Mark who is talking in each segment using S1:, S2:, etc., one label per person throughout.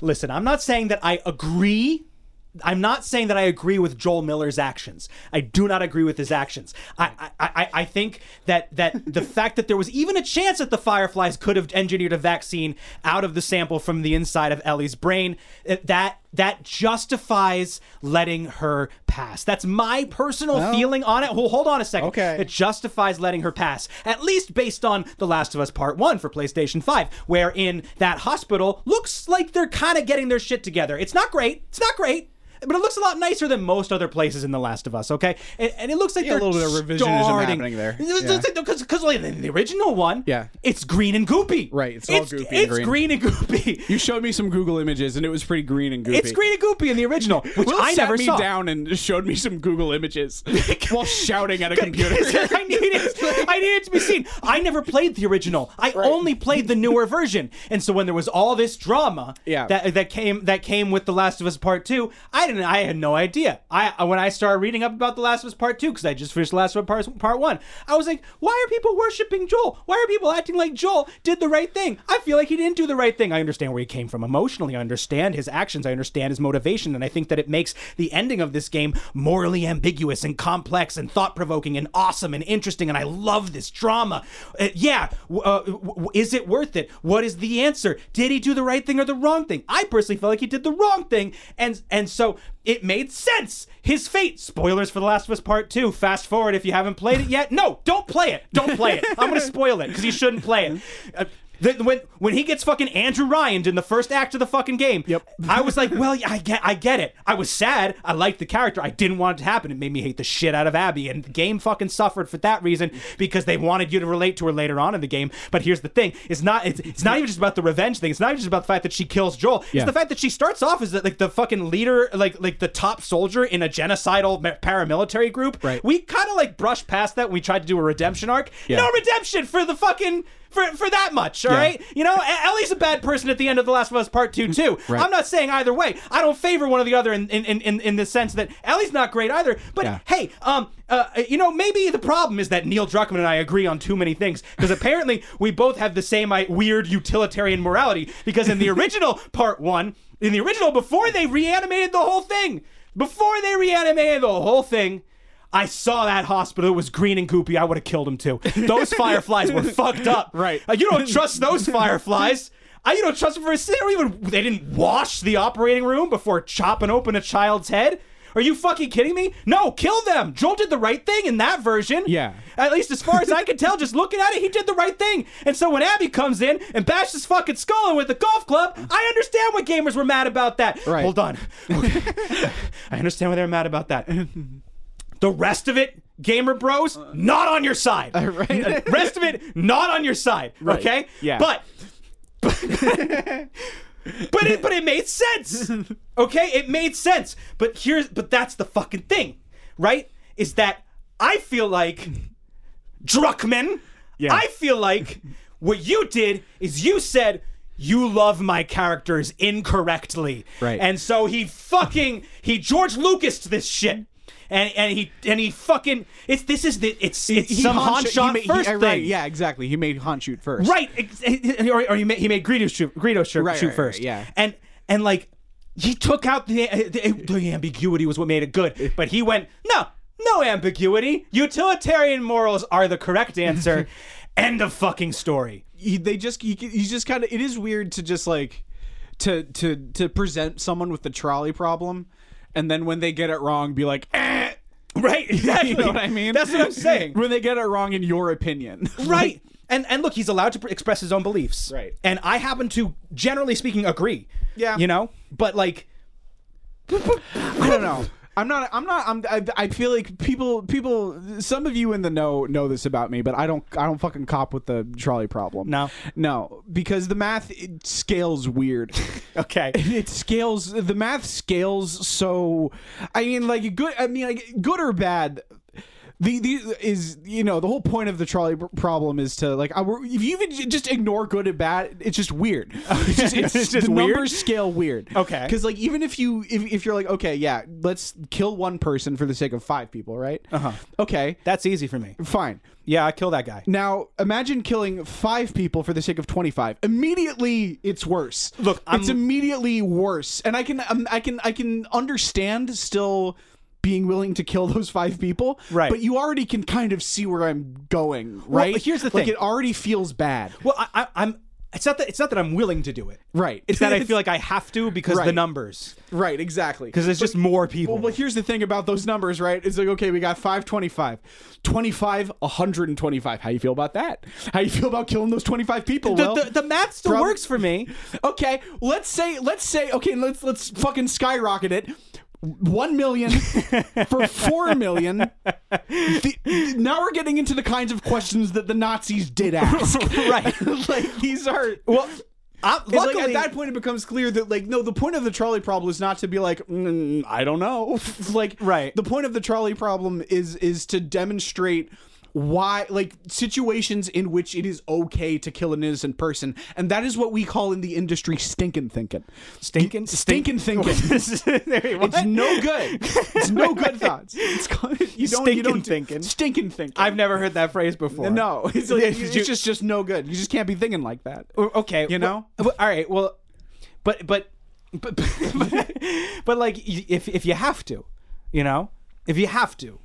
S1: listen, I'm not saying that I agree. I'm not saying that I agree with Joel Miller's actions. I do not agree with his actions. I I, I, I think that that the fact that there was even a chance that the Fireflies could have engineered a vaccine out of the sample from the inside of Ellie's brain eh, that that justifies letting her pass. That's my personal feeling on it. Well, hold on a second.
S2: Okay.
S1: It justifies letting her pass, at least based on The Last of Us Part 1 for PlayStation 5, wherein that hospital looks like they're kind of getting their shit together. It's not great. It's not great. But it looks a lot nicer than most other places in The Last of Us, okay? And, and it looks like
S2: Yeah, a
S1: they're
S2: little bit of revisionism
S1: starting-
S2: happening there. Yeah.
S1: Because because like in the original one,
S2: Yeah.
S1: it's green and goopy.
S2: Right, it's all goopy and
S1: It's
S2: green.
S1: green and goopy.
S2: You showed me some Google images, and it was pretty green and goopy.
S1: It's green and goopy in the original, which
S2: Will
S1: I
S2: sat
S1: never
S2: me
S1: saw.
S2: down and showed me some Google images while shouting at a computer.
S1: Because I need it. I need it to be seen. I never played the original. I only played the newer version. And so when there was all this drama
S2: Yeah.
S1: that that came that came with The Last of Us Part Two, I didn't. I had no idea. I when I started reading up about The Last of Us Part Two because I just finished The Last of Us Part, Part One, I was like, why are people worshiping Joel? Why are people acting like Joel did the right thing? I feel like he didn't do the right thing. I understand where he came from emotionally. I understand his actions. I understand his motivation, and I think that it makes the ending of this game morally ambiguous and complex and thought provoking and awesome and interesting. And I love this drama. Uh, yeah, w- uh, w- w- is it worth it? What is the answer? Did he do the right thing or the wrong thing? I personally felt like he did the wrong thing, and and so it made sense. His fate. Spoilers for The Last of Us Part Two. Fast forward if you haven't played it yet. No, don't play it. Don't play it. I'm gonna spoil it because you shouldn't play it. Uh, the, when when he gets fucking Andrew Ryan in the first act of the fucking game,
S2: Yep.
S1: I was like, well, yeah, I get, I get it. I was sad. I liked the character. I didn't want it to happen. It made me hate the shit out of Abby, and the game fucking suffered for that reason because they wanted you to relate to her later on in the game. But here's the thing: it's not it's, it's not even just about the revenge thing. It's not even just about the fact that she kills Joel.
S2: Yeah.
S1: It's the fact that she starts off as the, like the fucking leader, like like the top soldier in a genocidal ma- paramilitary group.
S2: Right.
S1: We kind of like brushed past that when we tried to do a redemption arc.
S2: Yeah.
S1: No redemption for the fucking. For, for that much, all
S2: Yeah.
S1: right? You know, E- Ellie's a bad person at the end of The Last of Us Part 2, too.
S2: Right.
S1: I'm not saying either way. I don't favor one or the other in, in, in- in, in the sense that Ellie's not great either. But
S2: Yeah.
S1: hey, um, uh, you know, maybe the problem is that Neil Druckmann and I agree on too many things because apparently we both have the same I, weird utilitarian morality because in the original Part 1, in the original, before they reanimated the whole thing, before they reanimated the whole thing, I saw that hospital. It was green and goopy. I would have killed him too. Those fireflies were fucked up.
S2: Right.
S1: Uh, you don't trust those fireflies. I, you don't trust them for a second. They don't even. They didn't wash the operating room before chopping open a child's head. Are you fucking kidding me? No, kill them. Joel did the right thing in that version.
S2: Yeah.
S1: At least as far as I can tell, just looking at it, he did the right thing. And so when Abby comes in and bashes his fucking skull in with a golf club, I understand why gamers were mad about that.
S2: Right.
S1: Hold on. Okay. I understand why they were mad about that. The rest of it, gamer bros, not on your side.
S2: Uh, right.
S1: The rest of it, not on your side. Okay.
S2: Yeah.
S1: But. but it but it made sense. Okay, it made sense. But here's but that's the fucking thing, right? Is that I feel like Druckman.
S2: Yeah.
S1: I feel like what you did is you said you love my characters incorrectly.
S2: Right.
S1: And so he fucking he George Lucas this shit. And and he and he fucking it's this is the it's it's some Han shot
S2: he made- he-
S1: first
S2: uh,
S1: thing.
S2: right, yeah, exactly. He made Han shoot first.
S1: Right, ex- or, or he made, he made Greedo shoot, Greedo shoot,
S2: Right,
S1: shoot
S2: right, right,
S1: first.
S2: yeah.
S1: and and like he took out the, uh, the the ambiguity was what made it good, but he went no, no ambiguity. Utilitarian morals are the correct answer. End of fucking story.
S2: He, they just he, he just kind of it is weird to just like to to to present someone with the trolley problem, and then when they get it wrong, be like, eh.
S1: Right, exactly.
S2: you know what I mean?
S1: That's what I'm saying.
S2: when they get it wrong, in your opinion,
S1: right and and look he's allowed to pr- express his own beliefs
S2: Right.
S1: and i happen to generally speaking agree
S2: Yeah.
S1: you know but like
S2: I don't know. I'm not. I'm not. I'm. I, I feel like people. People. Some of you in the know know this about me, but I don't. I don't fucking cop with the trolley problem.
S1: No.
S2: No, because the math it scales weird.
S1: okay
S2: it scales. The math scales so. I mean, like good. I mean, like good or bad. the the is you know the whole point of the trolley b- problem is to like I, were- if you even j- just ignore good and bad, it's just weird. It's just, it's
S1: It's just
S2: the
S1: weird?
S2: numbers scale weird.
S1: Okay.
S2: because like even if you if, if you're like okay yeah let's kill one person for the sake of five people right
S1: Uh-huh.
S2: okay
S1: That's easy for me.
S2: fine
S1: Yeah, I kill that guy.
S2: now imagine killing five people for the sake of twenty five immediately it's worse
S1: Look,
S2: it's
S1: I'm-
S2: immediately worse and I can um, I can I can understand still being willing to kill those five people
S1: Right.
S2: but you already can kind of see where I'm going right
S1: here's the
S2: like
S1: thing.
S2: it already feels bad
S1: Well, I, I, I'm. It's not that. It's not that I'm willing to do it.
S2: right
S1: It's that I feel like I have to because the
S2: Right.
S1: numbers.
S2: right exactly
S1: Because there's just more people.
S2: Well, but here's the thing about those numbers, right? It's like, okay, we got 525, 25, 125. How you feel about that? How you feel about killing those 25 people?
S1: the,
S2: Well,
S1: the, the math still
S2: prob-
S1: works for me.
S2: okay, let's say, let's say, okay, let's let's fucking skyrocket it. One million for four million. The- now we're getting into the kinds of questions that the Nazis did ask.
S1: Right.
S2: like these are
S1: Well, I,
S2: it's
S1: Uh, luckily,
S2: like at that point, it becomes clear that like no, the point of the trolley problem is not to be like mm, I don't know, like
S1: Right.
S2: The point of the trolley problem is is to demonstrate why like situations in which it is okay to kill an innocent person, and that is what we call in the industry stinkin' thinking.
S1: stinking,
S2: Stinkin' thinking.
S1: there you
S2: It's
S1: go.
S2: no good. It's no good thoughts. It's called, you don't, you
S1: Stinkin'
S2: don't
S1: thinking.
S2: Stinkin' thinking.
S1: I've never heard that phrase before.
S2: no, it's, like,
S1: Did
S2: it's
S1: you-
S2: just just no good. You just can't be thinking like that.
S1: O- okay
S2: You know?
S1: well, all right well but but but but, but like y- if if you have to you know if you have to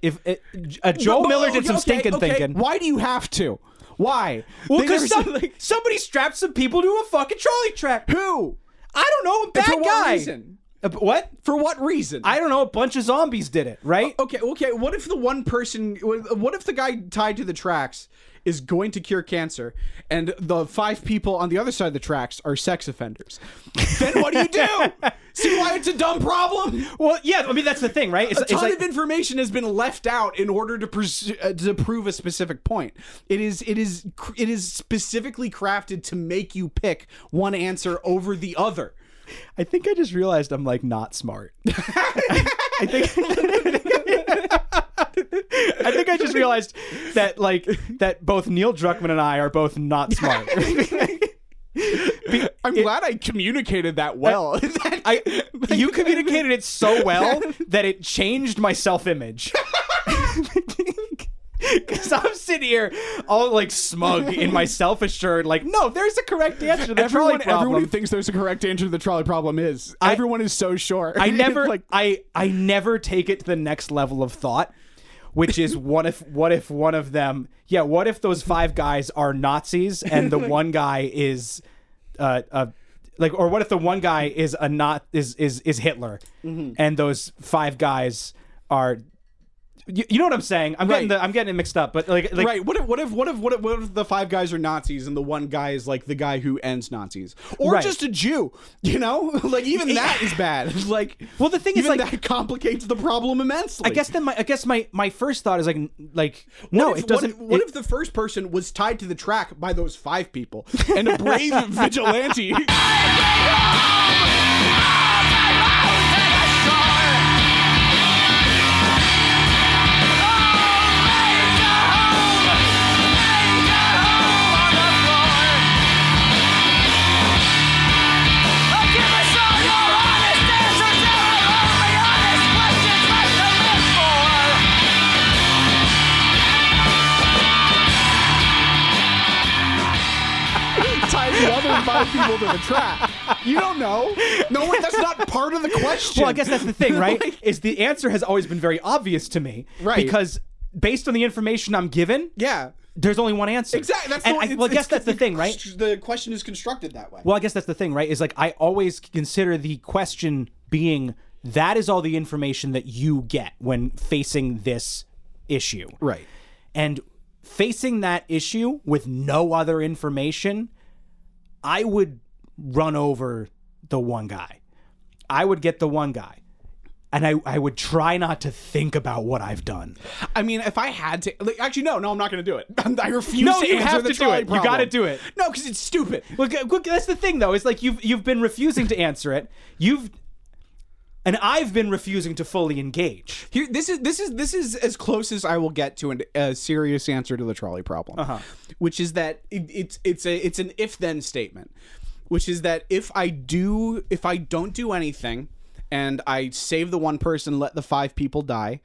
S1: if uh, uh, joe
S2: But- but-
S1: miller did
S2: okay,
S1: some
S2: okay,
S1: stinking
S2: okay.
S1: thinking
S2: Why do you have to? Why?
S1: well
S2: They never
S1: because some,
S2: said, like,
S1: somebody strapped some people to a fucking trolley track
S2: who?
S1: i don't know a bad
S2: for what
S1: guy
S2: reason?
S1: Uh, but what Oh,
S2: For what reason?
S1: i don't know a bunch of zombies did it right
S2: okay, okay. What if the one person? What if the guy tied to the tracks is going to cure cancer, and the five people on the other side of the tracks are sex offenders? then what do you do? See why it's a dumb problem?
S1: oh, well yeah i mean that's the thing right it's,
S2: a
S1: it's
S2: ton
S1: like
S2: of information has been left out in order to pres- uh, to prove a specific point. It is it is cr- it is specifically crafted to make you pick one answer over the other.
S1: i think i just realized i'm like not smart I think I think I just realized that like that both Neil Druckmann and I are both not smart. Be-
S2: I'm glad I communicated that well.
S1: I you communicated it so well that it changed my self-image. Cause I'm sitting here all like smug in my self-assured, like, no, there's a correct answer to that
S2: everyone,
S1: trolley problem.
S2: everyone who thinks there's a correct answer to the trolley problem is. everyone is so sure.
S1: I never I I never take it to the next level of thought, which is what if what if one of them yeah what if those five guys are Nazis and the one guy is uh uh like or what if the one guy is a not is is is Hitler
S2: Mm-hmm.
S1: and those five guys are. You, you know what I'm saying? I'm getting
S2: Right.
S1: the, I'm getting it mixed up, but like, like
S2: right. What if what if what if what if what if the five guys are Nazis and the one guy is like the guy who ends Nazis or
S1: Right. E
S2: just a Jew? You know, like even that is bad. Like,
S1: Well, the thing is,
S2: even
S1: like-
S2: that complicates the problem immensely.
S1: I guess then my I guess my my first thought is like n- like no,
S2: What if-
S1: it doesn't.
S2: What, if, what
S1: it-
S2: if the first person was tied to the track by those five people and a brave vigilante? tied the other five people to the track. You don't know. No one. That's not part of the question.
S1: Well, I guess that's the thing, right? is the answer has always been very obvious to me,
S2: Right.
S1: Because based on the information I'm given,
S2: yeah.
S1: there's only one answer.
S2: Exactly. That's
S1: and
S2: the,
S1: I,
S2: it's-
S1: well, I guess that's
S2: it's-
S1: the thing, right?
S2: The question is constructed that way.
S1: Well, I guess that's the thing, right? Is like I always consider the question being that is all the information that you get when facing this issue,
S2: Right.
S1: And facing that issue with no other information, I would run over the one guy. I would get the one guy. And I, I would try not to think about what I've done.
S2: I mean, if I had to, like, actually, no, no, I'm not going to do it. I refuse.
S1: No,
S2: to
S1: you
S2: answer
S1: have
S2: the
S1: to do
S2: trolley
S1: it. You
S2: problem.
S1: gotta do it.
S2: No, because it's stupid.
S1: Well, g- look, that's the thing, though. It's like you've you've been refusing to answer it. You've and I've been refusing to fully engage.
S2: Here, this is this is this is as close as I will get to an, a serious answer to the trolley problem, uh-huh. which is that it, it's it's a it's an if then statement, which is that if I do if I don't do anything, and I save the one person, let the five people die.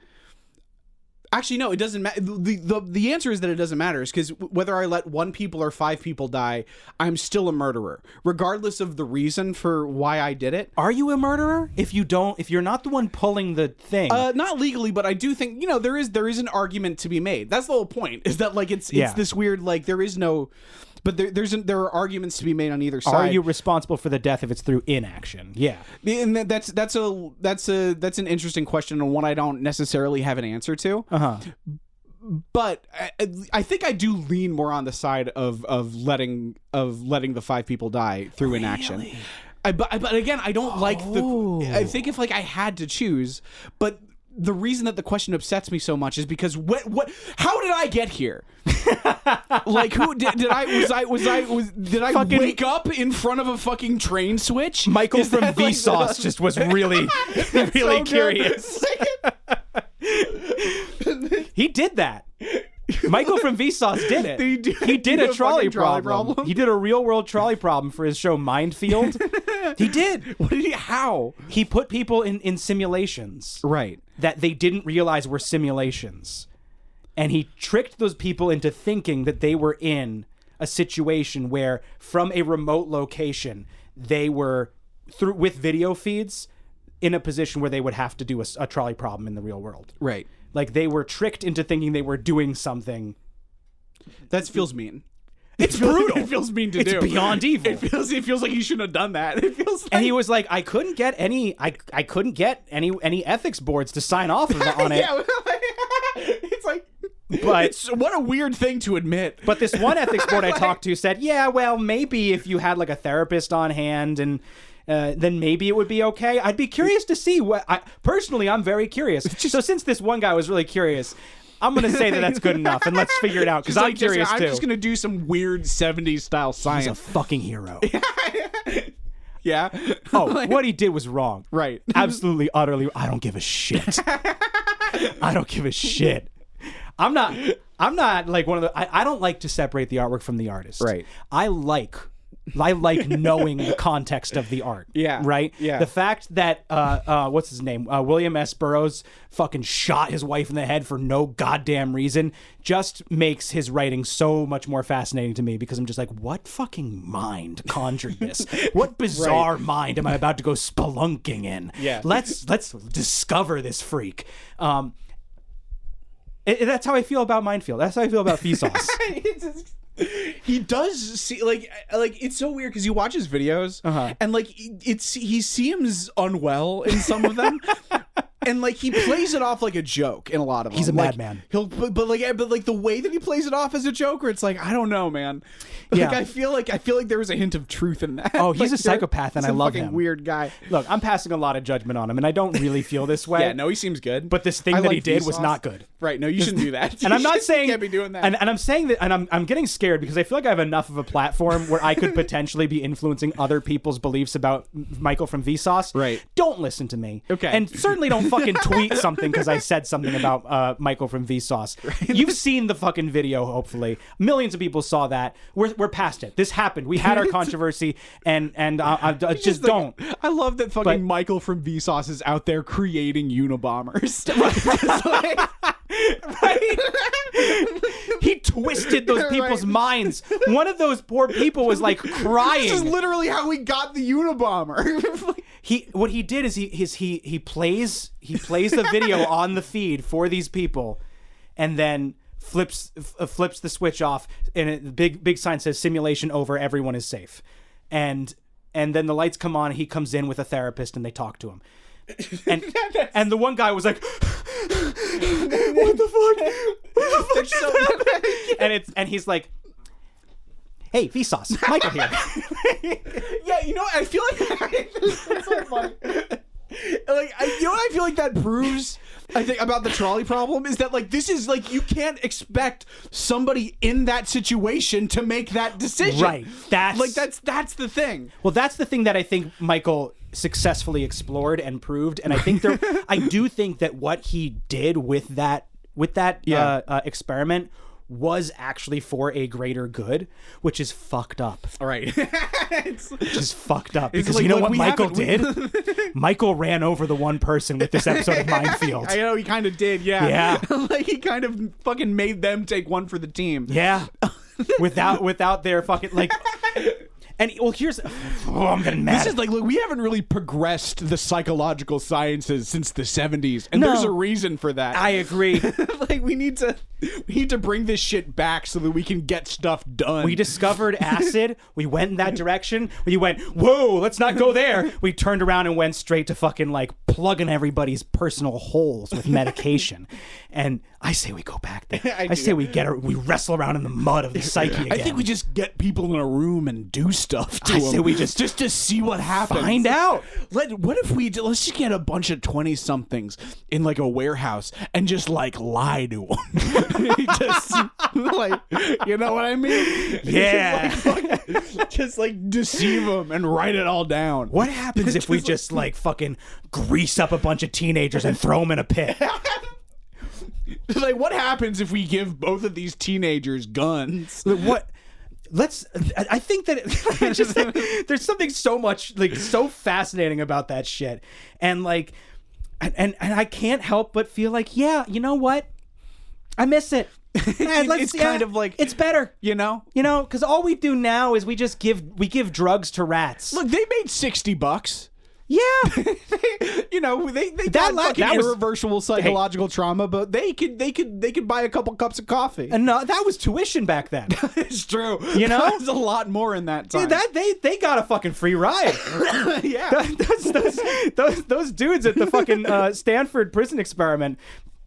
S2: Actually, no, it doesn't matter. The, the The answer is that it doesn't matter, is because whether I let one people or five people die, I'm still a murderer, regardless of the reason for why I did it.
S1: Are you a murderer? If you don't, if you're not the one pulling the thing,
S2: Uh, not legally, but I do think you know there is there is an argument to be made. That's the whole point. Is that like it's
S1: Yeah.
S2: it's this weird like there is no, but there, there's an, there are arguments to be made on either side.
S1: are you responsible for the death if it's through inaction? Yeah.
S2: And that- that's that's a that's a that's an interesting question and one I don't necessarily have an answer to.
S1: Uh huh.
S2: But I, I think I do lean more on the side of of letting of letting the five people die through inaction. I but, I- but again I don't like
S1: Oh.
S2: the. I think if like I had to choose, but the reason that the question upsets me so much is because what what how did I get here? like who did, did I was I was I was did I
S1: Fucking-
S2: wake up in front of a fucking train switch?
S1: Michael
S2: Is
S1: from
S2: that, like, the-
S1: Vsauce just was really, really
S2: so good.
S1: curious. He did that. Michael from Vsauce did it.
S2: He did-
S1: he did
S2: did
S1: a
S2: a
S1: trolley,
S2: fucking trolley
S1: problem.
S2: problem.
S1: He did a real world trolley problem for his show Mindfield. he did.
S2: What did he? How?
S1: He put people in, in simulations
S2: Right.
S1: that they didn't realize were simulations. And he tricked those people into thinking that they were in a situation where from a remote location they were through with video feeds in a position where they would have to do a, s- a trolley problem in the real world.
S2: Right.
S1: Like they were tricked into thinking they were doing something.
S2: That feels mean.
S1: It's brutal.
S2: it feels mean to
S1: it's
S2: do.
S1: beyond evil.
S2: It feels. It feels like he shouldn't have done that. It feels. Like,
S1: and he was like, I couldn't get any, I, I couldn't get any any ethics boards to sign off of- on it.
S2: Yeah. it's like.
S1: But-
S2: it's, what a weird thing to admit.
S1: But this one ethics board I talked to said, yeah, well, maybe if you had like a therapist on hand and. Uh, then maybe it would be okay. I'd be curious to see what. I, personally, I'm very curious. so since this one guy was really curious, I'm gonna say that that's good enough, and let's figure it out because
S2: It's
S1: I'm
S2: like, just-
S1: curious
S2: I'm
S1: too.
S2: just gonna do some weird '70s style
S1: He's a
S2: science.
S1: fucking hero.
S2: yeah.
S1: Oh, what he did was wrong.
S2: Right.
S1: Absolutely, utterly. I don't give a shit. I don't give a shit. I'm not. I'm not like one of the. I, I don't like to separate the artwork from the artist.
S2: Right.
S1: I like. I like knowing the context of the art.
S2: Yeah.
S1: Right.
S2: Yeah.
S1: The fact that uh, uh, what's his name, uh, William S. Burroughs, fucking shot his wife in the head for no goddamn reason, just makes his writing so much more fascinating to me because I'm just like, what fucking mind conjured this? what bizarre mind am I about to go spelunking in?
S2: Yeah.
S1: Let's let's discover this freak. Um, it- it- that's how I feel about Minefield. That's how I feel about Vsauce.
S2: It's just- he does see like like it's so weird because you watch his videos
S1: Uh-huh.
S2: and like it's he seems unwell in some of them. And like he plays it off like a joke in a lot of them.
S1: He's a
S2: Like,
S1: madman.
S2: He'll but, but like but like the way that he plays it off as a joke, where it's like I don't know, man. Like
S1: Yeah.
S2: I feel like I feel like there was a hint of truth in that.
S1: Oh, he's
S2: Like,
S1: a
S2: there-
S1: psychopath and I
S2: some
S1: love
S2: fucking
S1: him.
S2: Weird guy.
S1: Look, I'm passing a lot of judgment on him, and I don't really feel this way.
S2: Yeah, no, he seems good.
S1: But this thing
S2: I
S1: that he
S2: like
S1: did
S2: Vsauce.
S1: was not good.
S2: Right? No, you shouldn't do that.
S1: and
S2: You
S1: I'm not
S2: shouldn't-
S1: saying
S2: can't be doing that.
S1: And, and I'm saying that, and I'm I'm getting scared because I feel like I have enough of a platform where I could potentially be influencing other people's beliefs about M- Michael from Vsauce.
S2: Right.
S1: Don't listen to me.
S2: Okay.
S1: And certainly don't fucking tweet something because I said something about uh, Michael from Vsauce. You've seen the fucking video, hopefully. Millions of people saw that. We're we're past it. This happened. We had our controversy, and and uh, I, I just,
S2: It's like-
S1: don't.
S2: I love that fucking
S1: But-
S2: Michael from Vsauce is out there creating Unabombers.
S1: He twisted those people's
S2: Right.
S1: minds. One of those poor people was like crying.
S2: this is literally how we got the Unabomber.
S1: he what he did is he his he he plays he plays the video on the feed for these people and then flips f- uh, flips the switch off and it, big big sign says simulation over everyone is safe and and then the lights come on he comes in with a therapist and they talk to him and and the one guy was like
S2: what the fuck? What the fuck just happened?
S1: and it's and he's like hey vsauce michael here
S2: Yeah, you know, I feel like that's so funny. Like I, you know, what I feel like that proves. I think about the trolley problem is that like this is like you can't expect somebody in that situation to make that decision.
S1: Right. That's-
S2: like that's that's the thing.
S1: Well, that's the thing that I think Michael successfully explored and proved. And I think there, I do think that what he did with that with that uh, uh, experiment was actually for a greater good, which is fucked up.
S2: All right. It's-
S1: Just fucked up because
S2: like
S1: you know
S2: what
S1: what
S2: we
S1: Michael did.
S2: haven't-
S1: Michael ran over the one person with this episode of Minefield.
S2: I know he kind of did, yeah.
S1: Yeah.
S2: like he kind of fucking made them take one for the team.
S1: Yeah. without without their fucking like and well here's oh, I'm getting mad.
S2: This is like, look, we haven't really progressed the psychological sciences since the 70s, and
S1: No.
S2: there's a reason for that.
S1: I agree.
S2: like we need to we need to bring this shit back so that we can get stuff done.
S1: We discovered acid. We went in that direction. We went, whoa, let's not go there. We turned around and went straight to fucking like plugging everybody's personal holes with medication. and I say we go back there. I,
S2: do.
S1: say we get her, we wrestle around in the mud of the psyche again.
S2: I think we just get people in a room and do stuff to
S1: I
S2: them.
S1: say we just-
S2: just to see what happens.
S1: find out.
S2: Let what if we d- let's just get a bunch of twenty somethings in like a warehouse and just like lie to them. just like you know what I mean?
S1: Yeah.
S2: Just like, fuck- just, like, deceive them and write it all down.
S1: What happens if we just like fucking grease up a bunch of teenagers and throw them in a pit?
S2: like what happens if we give both of these teenagers guns?
S1: Like, what let's i I think that it, I just there's something so much like so fascinating about that shit and like and and, and i can't help but feel like yeah you know what i miss it Man, let's-
S2: It's
S1: yeah,
S2: kind of like-
S1: it's better
S2: You know?
S1: you know because all we do now is we just give we give drugs to rats
S2: Look, they made sixty bucks.
S1: yeah
S2: you know, they they got
S1: la-
S2: fucking
S1: that was-
S2: irreversible psychological trauma, but they could they could they could buy a couple cups of coffee.
S1: and no that was tuition back then
S2: it's true,
S1: You know?
S2: there's a lot more in that time.
S1: that they they got a fucking free ride
S2: yeah,
S1: those, those, those, those dudes at the fucking uh, Stanford prison experiment,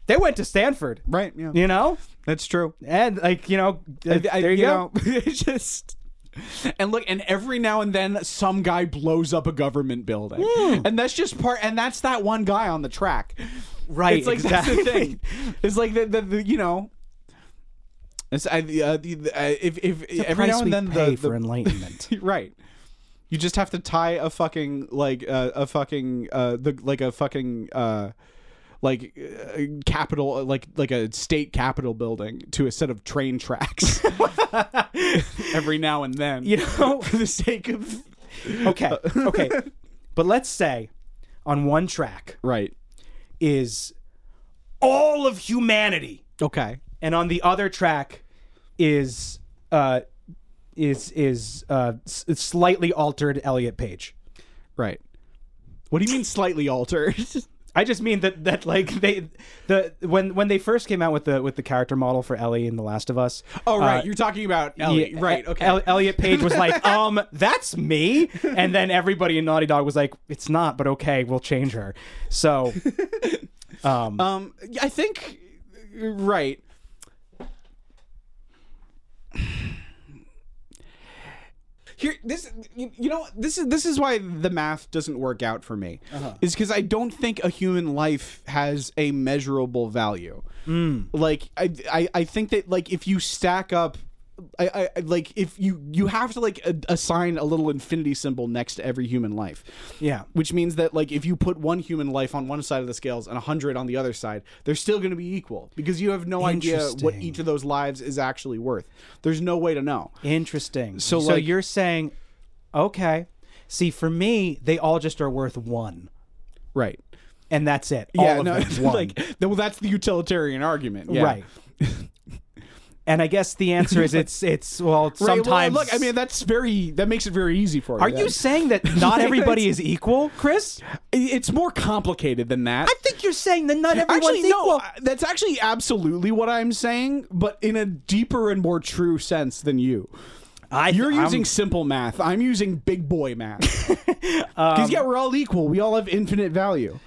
S1: they went to Stanford.
S2: right. Yeah,
S1: You know?
S2: that's true.
S1: And, like, you know, th-
S2: I- I-
S1: there you, go.
S2: know, it's just. And look, and every now and then some guy blows up a government building, and that's just part. And that's that one guy on the track,
S1: Right,
S2: It's like
S1: exactly.
S2: that's the thing. It's like the the, the you know. It's, I, the, uh, the, the, uh, if if every
S1: Price
S2: now
S1: we
S2: and then
S1: pay
S2: the, the
S1: for enlightenment.
S2: right. You just have to tie a fucking like uh, a fucking uh the like a fucking uh like uh, capital like like a state capitol building to a set of train tracks every now and then
S1: You know?
S2: for the sake of
S1: okay, okay. But let's say on one track
S2: right
S1: is all of humanity,
S2: okay
S1: and on the other track is uh, is is uh, s- slightly altered Elliot Page.
S2: right what do you mean slightly altered
S1: I just mean that that like they the when when they first came out with the with the character model for Ellie in The Last of Us.
S2: oh right
S1: uh,
S2: you're talking about Elliot
S1: yeah, E
S2: right
S1: El-
S2: okay
S1: El- Elliot Page was like, um, that's me, and then everybody in Naughty Dog was like, it's not, but okay, we'll change her. So, um,
S2: Um, I think right. Here, this you, you know this is this is why the math doesn't work out for me
S1: Uh-huh.
S2: is because I don't think a human life has a measurable value.
S1: Mm.
S2: Like I, I I think that like if you stack up. I, I- I like if you you have to like a, assign a little infinity symbol next to every human life
S1: yeah,
S2: which means that like if you put one human life on one side of the scales and 100 on the other side they're still going to be equal because you have no idea what
S1: Interesting.
S2: each of those lives is actually worth there's no way to know
S1: interesting. So,
S2: like-
S1: you're saying, okay, see, for me, they all just are worth one,
S2: right
S1: and that's it. all
S2: yeah
S1: of
S2: no
S1: them, one.
S2: like th- well that's the utilitarian argument yeah.
S1: right. and I guess the answer is it's it's well
S2: Right, well,
S1: sometimes
S2: look i mean that's very that makes it very easy for
S1: Are you saying that not everybody is equal, Chris?
S2: it's more complicated than that
S1: I think you're saying that not everyone's
S2: Actually, no.
S1: equal.
S2: I- That's actually absolutely what I'm saying, but in a deeper and more true sense than you.
S1: I,
S2: You're
S1: I'm-
S2: using simple math. I'm using big boy math. Because yeah, we're all equal. We all have infinite value.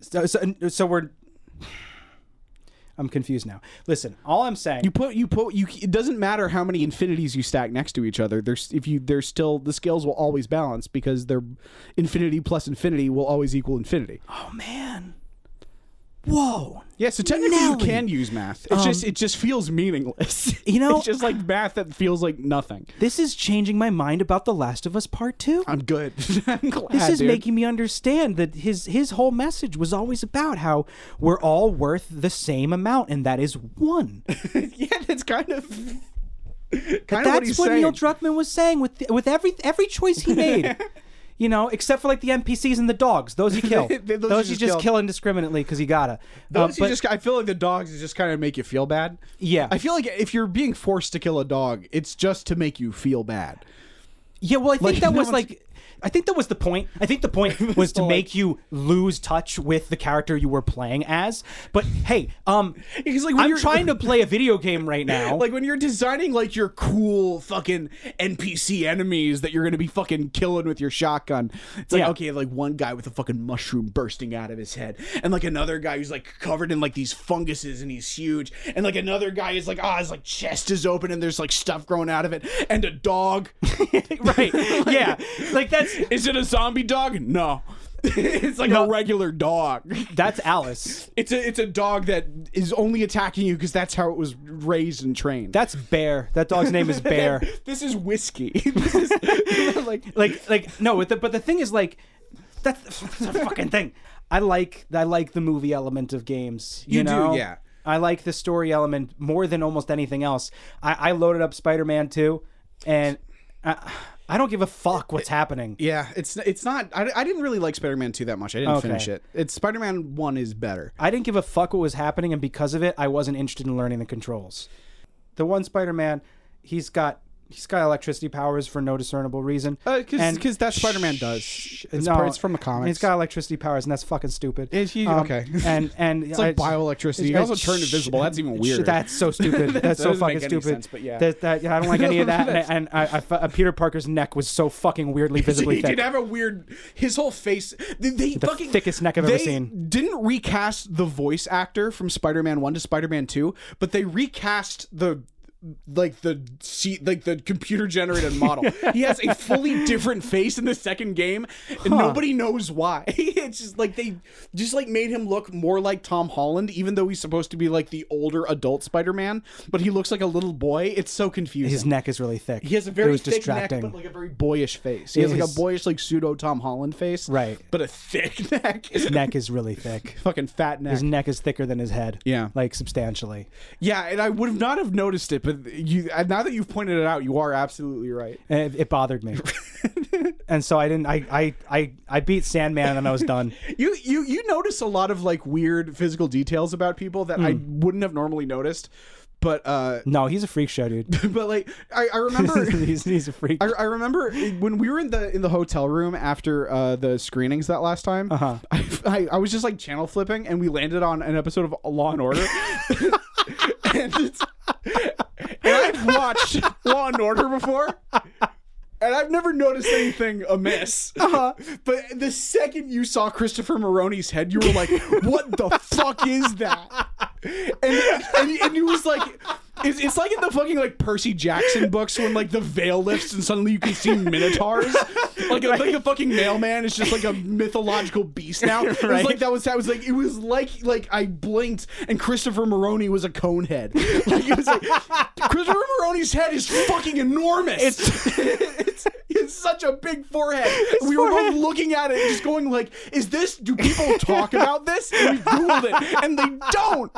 S1: so, so, so we're. I'm confused now. Listen, all I'm saying.
S2: You put you put you. It doesn't matter how many infinities you stack next to each other. There's if you there's still the scales will always balance because they're infinity plus infinity will always equal infinity.
S1: oh man, Oh, whoa.
S2: Yeah, so technically
S1: Nelly.
S2: you can use math. It's just it just feels meaningless.
S1: You know-
S2: it's just like math that feels like nothing.
S1: This is changing my mind about The Last of Us Part 2.
S2: I'm good. I'm glad,
S1: This is
S2: dude.
S1: making me understand that his his whole message was always about how we're all worth the same amount, and that is one.
S2: yeah, that's kind of kind of what
S1: That's
S2: he's
S1: what,
S2: saying.
S1: Neil Druckmann was saying with with every every choice he made. You know, except for like the NPCs and the dogs, those you kill.
S2: Those you
S1: those, you
S2: just
S1: just
S2: kill.
S1: kill indiscriminately because you gotta. Uh,
S2: Those you
S1: but-
S2: just, I feel like the dogs just kind of make you feel bad.
S1: Yeah.
S2: I feel like if you're being forced to kill a dog, it's just to make you feel bad.
S1: Yeah, well, I think
S2: Like,
S1: that
S2: no
S1: was
S2: one's-
S1: like, I think that was the point. I think the point was to
S2: like-
S1: make you lose touch with the character you were playing as. But hey, um,
S2: Because, like, when
S1: I'm
S2: you're-
S1: trying to play a video game right now.
S2: Like when you're designing like your cool fucking NPC enemies that you're gonna be fucking killing with your shotgun. It's like
S1: Yeah.
S2: okay, like one guy with a fucking mushroom bursting out of his head, and like another guy who's like covered in like these funguses and he's huge, and like another guy is like ah his like chest is open and there's like stuff growing out of it, and a dog.
S1: right? yeah, like that's
S2: is it a zombie dog? No. it's like
S1: No.
S2: a regular dog.
S1: that's Alice.
S2: It's a it's a dog that is only attacking you because that's how it was raised and trained.
S1: That's Bear. That dog's name is Bear.
S2: this is whiskey. this is like
S1: like like no but the, but the thing is like that's, that's a fucking thing i like i like the movie element of games you,
S2: You do,
S1: know
S2: yeah.
S1: i like the story element more than almost anything else i, I loaded up spider-man 2 and I, I don't give a fuck what's happening
S2: yeah, it's it's not. I, I didn't really like Spider Man two that much. I didn't
S1: Okay.
S2: finish it. It's Spider Man one is better.
S1: i didn't give a fuck what was happening and because of it i wasn't interested in learning the controls the one spider-man he's got he's got electricity powers for no discernible reason
S2: Because
S1: And-
S2: because Uh, that Spider Man does. It's,
S1: no,
S2: part- it's from a comic.
S1: He's got electricity powers, and that's fucking stupid. Um,
S2: Is he- okay.
S1: And and it's
S2: like bioelectricity. You also turn invisible. That's even weirder.
S1: That's so stupid. That's so
S2: doesn't
S1: fucking
S2: make any
S1: stupid.
S2: sense, but yeah.
S1: That, that- yeah, I don't like any of that. and and I, I fe- uh, Peter Parker's neck was so fucking weirdly visibly
S2: he
S1: thick.
S2: did have a weird. His whole face. They, they
S1: The
S2: fucking
S1: thickest neck I've ever
S2: they
S1: seen.
S2: Didn't recast the voice actor from Spider Man One to Spider Man Two, but they recast the like the see like the computer generated model. he has a fully different face in the second game, and nobody knows why. it's just like they just like made him look more like Tom Holland, even though he's supposed to be like the older adult Spider Man, but he looks like a little boy. It's so confusing.
S1: His neck is really thick.
S2: He has a
S1: it
S2: very
S1: was
S2: thick
S1: distracting.
S2: neck, but like a very boyish face. He has like a
S1: His-
S2: boyish, like pseudo Tom Holland face,
S1: Right.
S2: But a thick neck,
S1: neck is really thick.
S2: fucking fat neck.
S1: His neck is thicker than his head.
S2: Yeah.
S1: like substantially.
S2: Yeah, and I would have not have noticed it, but you and now that you've pointed it out, you are absolutely right.
S1: And It, it bothered me, and so I didn't. I, I I I beat Sandman, and then I was done.
S2: You you you notice a lot of like weird physical details about people that I
S1: Hmm.
S2: wouldn't have normally noticed, but uh,
S1: No, he's a freak show, dude.
S2: but like I, I remember.
S1: he's, he's a freak.
S2: I, I remember when we were in the in the hotel room after uh, the screenings that last time.
S1: Uh-huh.
S2: I, I, I was just like channel flipping, and we landed on an episode of Law and Order. and, it's- and I've watched Law and Order before, and I've never noticed anything amiss. Uh-huh. But the second you saw Christopher Maroney's head, you were like, "What the fuck is that?" And and, and it was like. It's, it's like in the fucking like Percy Jackson books when like the veil lifts and suddenly you can see minotaurs. Like a, like a fucking mailman is just like a mythological beast now. It was
S1: Right.
S2: like that was that was like it was like like I blinked and Christopher Maroney was a cone head. Like it was like Christopher Maroney's head is fucking enormous. It's it's, it's such a big forehead. we were both looking at it and just going like, is this do people talk about this? And we Googled it and they don't.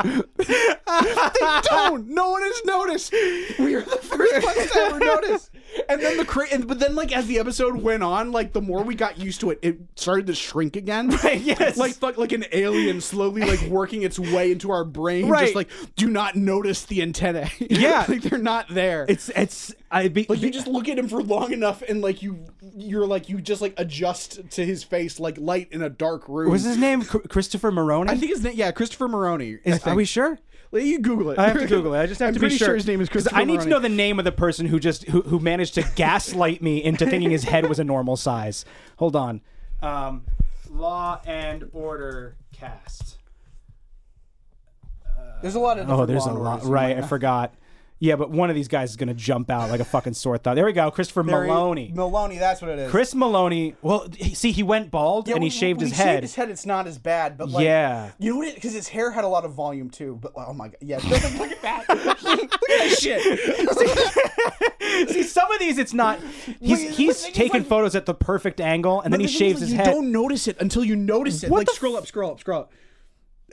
S2: they don't. No one has noticed. We are the first ones to ever notice. And then the cra- and, but then like as the episode went on, like the more we got used to it, it started to shrink again.
S1: Right, yes.
S2: Like fuck, like an alien slowly like working its way into our brain.
S1: Right.
S2: Just like do not notice the antennae.
S1: Yeah.
S2: like they're not there.
S1: It's it's I be,
S2: Like you just look at him for long enough, and like you, you're like you just like adjust to his face like light in a dark room.
S1: was his name Chr- Christopher Maroney?
S2: I think his name, yeah, Christopher Maroney. I
S1: Is,
S2: think.
S1: are we sure?
S2: Like, you Google it.
S1: I have to Google it. I just have
S2: I'm
S1: to be
S2: pretty
S1: sure.
S2: his name is
S1: 'Cause
S2: Christopher.
S1: I need to
S2: Maroney.
S1: know the name of the person who just who, who managed to gaslight me into thinking his head was a normal size. Hold on. Um, Law and Order cast.
S2: There's a lot of.
S1: Oh, there's a lot. Right, I forgot. Yeah, but one of these guys is gonna jump out like a fucking sore thumb. There we go, Christopher Maloney.
S3: Maloney, that's what it is.
S1: Chris Maloney. Well, he- see, he went bald
S3: Yeah,
S1: and he
S3: when-
S1: shaved
S3: when
S1: his
S3: he
S1: head.
S3: Shaved his head. It's not as bad, but like,
S1: Yeah.
S3: you know what? it Because his hair had a lot of volume too. But oh my god, yeah, look at- look at that, look at that shit.
S1: see, some of these it's not.
S3: Wait,
S1: He's
S3: but
S1: he's
S3: the thing is,
S1: taking
S3: like-
S1: photos at the perfect angle and then he
S2: The thing is,
S1: shaves
S2: like,
S1: his
S2: you
S1: head.
S2: don't notice it until you notice it.
S1: What
S2: like
S1: the
S2: scroll up, scroll up, scroll up.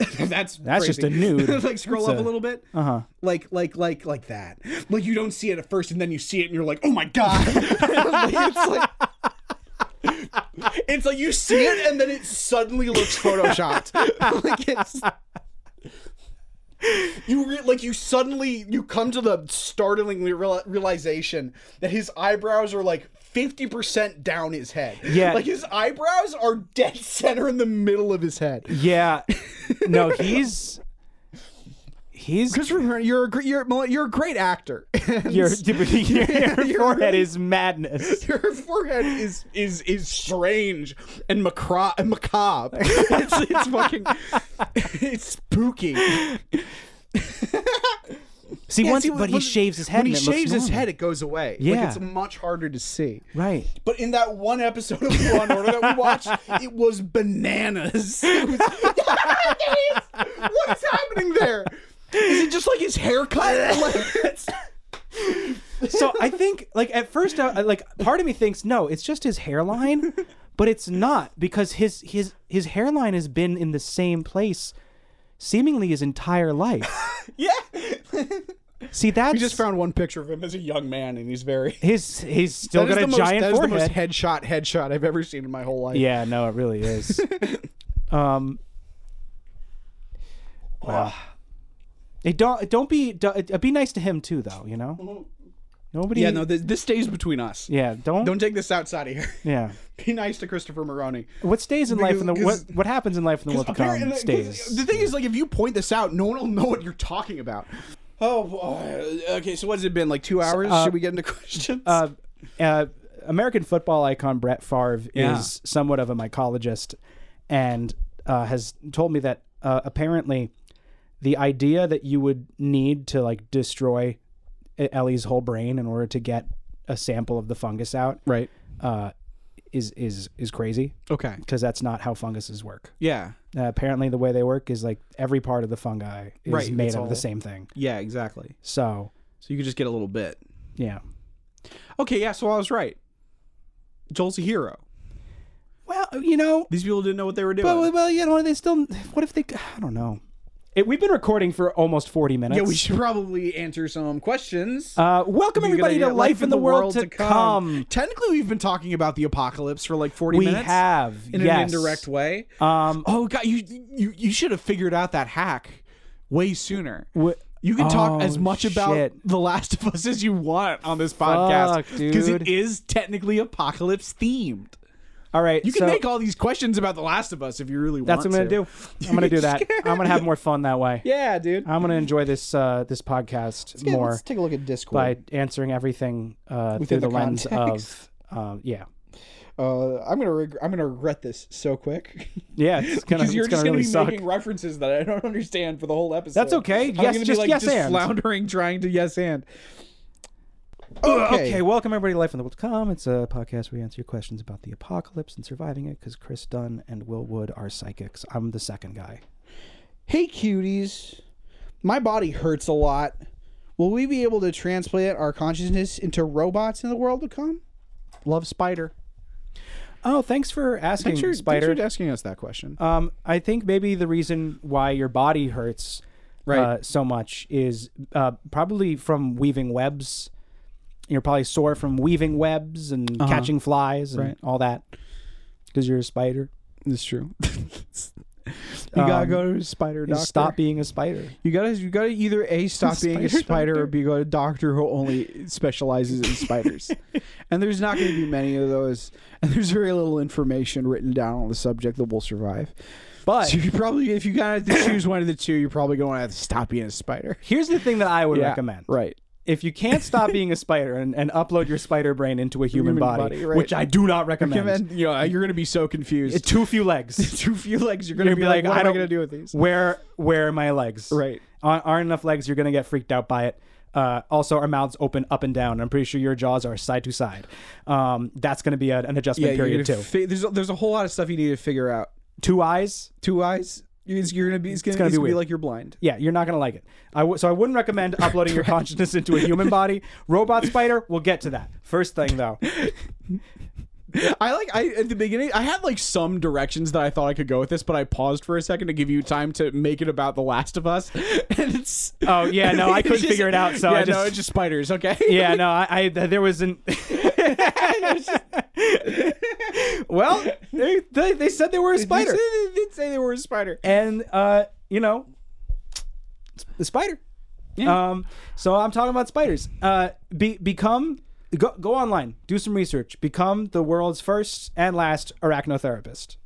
S2: That's
S1: That's just
S2: crazy.
S1: a nude.
S2: like scroll
S1: That's
S2: up a
S1: a- Uh-huh.
S2: little bit. Uh huh. Like like like like that. Like you don't see it at first, and then you see it, and you're like, oh my god. Like, it's like. It's like you see it and then it suddenly looks photoshopped. like it's you re- like you suddenly you come to the startling real- realization that his eyebrows are like 50% down his head.
S1: Yeah.
S2: Like his eyebrows are dead center in the middle of his head.
S1: Yeah. No, he's he's
S2: Because remember, you're a gr- you're Mel- you're a great actor. And
S1: your your
S2: You're
S1: forehead
S2: really-
S1: is madness.
S2: your forehead is is is strange and macro- and macabre. it's, it's fucking it's spooky.
S1: See,
S2: Yeah,
S1: once
S2: see,
S1: but
S2: when-
S1: he
S2: when-
S1: shaves his head.
S2: When
S1: and
S2: he
S1: it looks
S2: shaves his
S1: normal.
S2: head, it goes away.
S1: Yeah.
S2: like, it's much harder to see.
S1: Right.
S3: But in that one episode of
S2: Law and Order that we watched, it was bananas. It was- what is happening there? Is it just like his haircut? Like, it's-
S1: So I think, like at first, I, I- like part of me thinks no, it's just his hairline, but it's not because his his his hairline has been in the same place seemingly his entire life.
S3: yeah,
S1: See, that's
S2: we just found one picture of him as a young man, and he's very.
S1: his he's still
S2: That
S1: got
S2: is
S1: a
S2: the most-
S1: giant
S2: that is
S1: forehead.
S2: the most headshot headshot I've ever seen in my whole life.
S1: Yeah, no, it really is. um, wow. Hey, don't don't be don't, be nice to him too, though. You know, nobody.
S2: Mm-hmm. Yeah, no, this, this stays between us.
S1: yeah, don't.
S2: Don't take this outside of here.
S1: Yeah.
S2: Be nice to Christopher Maroney.
S1: What stays in life in the what
S2: Because-
S1: what happens in life in the world to come
S2: Apparently- 'cause
S1: stays.
S2: The thing is, like, if you point this out, no one will know what you're talking about. Oh, boy. okay. So uh, what's it been like? Two hours? Should we get into questions?
S1: uh, uh, American football icon Brett Favre
S2: Yeah.
S1: is somewhat of a mycologist, and uh, has told me that uh, apparently the idea that you would need to like destroy E-, Ellie's whole brain in order to get a sample of the fungus out
S2: right.
S1: uh, is is is crazy
S2: Okay.
S1: because that's not how funguses work.
S2: Yeah.
S1: Uh, apparently, the way they work is like every part of the fungi is
S2: Right,
S1: made
S2: it's
S1: of
S2: all-
S1: the same thing.
S2: Yeah. Exactly.
S1: So
S2: So you could just get a little bit.
S1: yeah.
S2: Okay. Yeah. So I was right. Joel's a hero.
S1: Well, you know,
S2: These people didn't know what they were doing.
S1: But well, well, you know, they still. What if they? I don't know. It, we've been recording for almost forty minutes.
S2: yeah, we should probably answer some questions.
S1: Uh, welcome everybody to Life in the World, to Come.
S2: Technically, we've been talking about the apocalypse for like forty
S1: We
S2: minutes.
S1: have
S2: in
S1: yes.
S2: an indirect way.
S1: Um,
S2: oh god, you you you should have figured out that hack way sooner.
S1: Wh-
S2: you can talk
S1: Oh,
S2: as much about
S1: shit.
S2: The Last of Us as you want on this podcast
S1: dude.
S2: it is technically apocalypse themed.
S1: All right,
S2: You can
S1: so
S2: make all these questions about The Last of Us if you really
S1: that's
S2: want.
S1: what I'm gonna do. I'm gonna do that. I'm gonna have more fun that way.
S2: Yeah, dude.
S1: I'm gonna enjoy this uh, this podcast
S3: Yeah,
S1: more
S3: Let's take a look at Discord.
S1: by answering everything uh, through
S3: Within
S1: the,
S3: the
S1: lens
S3: context.
S1: of um, yeah,
S3: Uh, I'm gonna reg- I'm gonna regret this so quick
S1: yeah. It's gonna,
S2: Because you're
S1: it's gonna
S2: just going
S1: really
S2: to be
S1: suck.
S2: making references that I don't understand for the whole episode.
S1: That's okay.
S2: I'm
S1: Yes,
S2: gonna be,
S1: just
S2: like,
S1: yes
S2: just
S1: and.
S2: floundering, trying to yes and.
S1: Okay. welcome everybody to Life in the World to Come. It's a podcast where we answer your questions about the apocalypse and surviving it because Chris Dunn and Will Wood are psychics. I'm the second guy.
S3: Hey cuties, my body hurts a lot. Will we be able to transplant our consciousness into robots in the world to come?
S2: Love Spider.
S1: Oh, thanks for asking,
S2: Thanks for,
S1: Spider.
S2: thanks for asking us that question.
S1: um, I think maybe the reason why your body hurts uh,
S2: Right.
S1: so much is uh, probably from weaving webs. You're probably sore from weaving webs and catching flies and
S2: Uh-huh. Right.
S1: all that because you're a spider.
S2: It's true. you gotta
S1: Um,
S2: go to a spider
S1: Just
S2: doctor.
S1: Stop being a spider.
S2: You gotta you gotta either a stop being a
S3: Spider
S2: spider or be go to a doctor who only specializes in spiders. and there's not going to be many of those. And there's very little information written down on the subject that will survive.
S1: But
S2: So you probably if you gotta have to choose one of the two, you're probably going to have to stop being a spider.
S1: here's the thing that I would recommend.
S2: Right.
S1: if you can't stop being a spider and, and upload your spider brain into a human,
S2: Human
S1: body,
S2: body, right.
S1: which I do not recommend,
S2: Recommend, you know, uh, you're gonna be so confused.
S1: too few legs.
S2: Too few legs. You're gonna,
S1: You're
S2: be, like, what
S1: I
S2: am I
S1: don't-
S2: gonna do with these?
S1: Where where are my legs?
S2: Right.
S1: Aren't, aren't enough legs? You're gonna get freaked out by it. Uh, also, our mouths open up and down. I'm pretty sure your jaws are side to side. Um, that's going to be a- an adjustment
S2: you're
S1: period
S2: gonna
S1: too.
S2: fi- there's a, there's a whole lot of stuff you need to figure out.
S1: Two eyes.
S2: Two eyes. You're, it's- you're gonna be. It's gonna, it's
S1: gonna
S2: gonna,
S1: be
S2: be
S1: weird.
S2: like you're blind.
S1: Yeah, you're not gonna like it. I w- so I wouldn't recommend uploading your consciousness into a human body. Robot spider, we'll get to that. First thing though,
S2: I like I at the beginning I had like some directions that I thought I could go with this, but I paused for a second to give you time to make it about The Last of Us. And it's
S1: Oh, yeah, no, I
S2: it's
S1: couldn't
S2: just-
S1: figure it out, so
S2: yeah,
S1: I
S2: no,
S1: just-
S2: it's just spiders. Okay,
S1: yeah, no, I, I there was an. well, they, they they said they were a spider,
S2: They said- they did say they were a spider.
S1: and uh, you know,
S2: The spider.
S1: Um, so I'm talking about spiders. Uh, be, become go, go online, do some research, become the world's first and last arachnotherapist,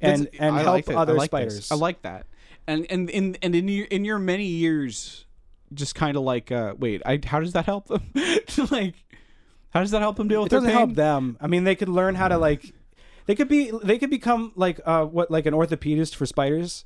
S1: and
S2: That's-
S1: and
S2: I
S1: help
S2: like it. I
S1: other
S2: like this.
S1: spiders.
S2: I like that. And and in and in your in your many years, just kind of like uh, wait, I how does that help them? like, how does that help them deal with
S1: it doesn't
S2: their pain?
S1: help them. I mean, they could learn how to like. They could be. They could become like uh, what, like an orthopedist for spiders.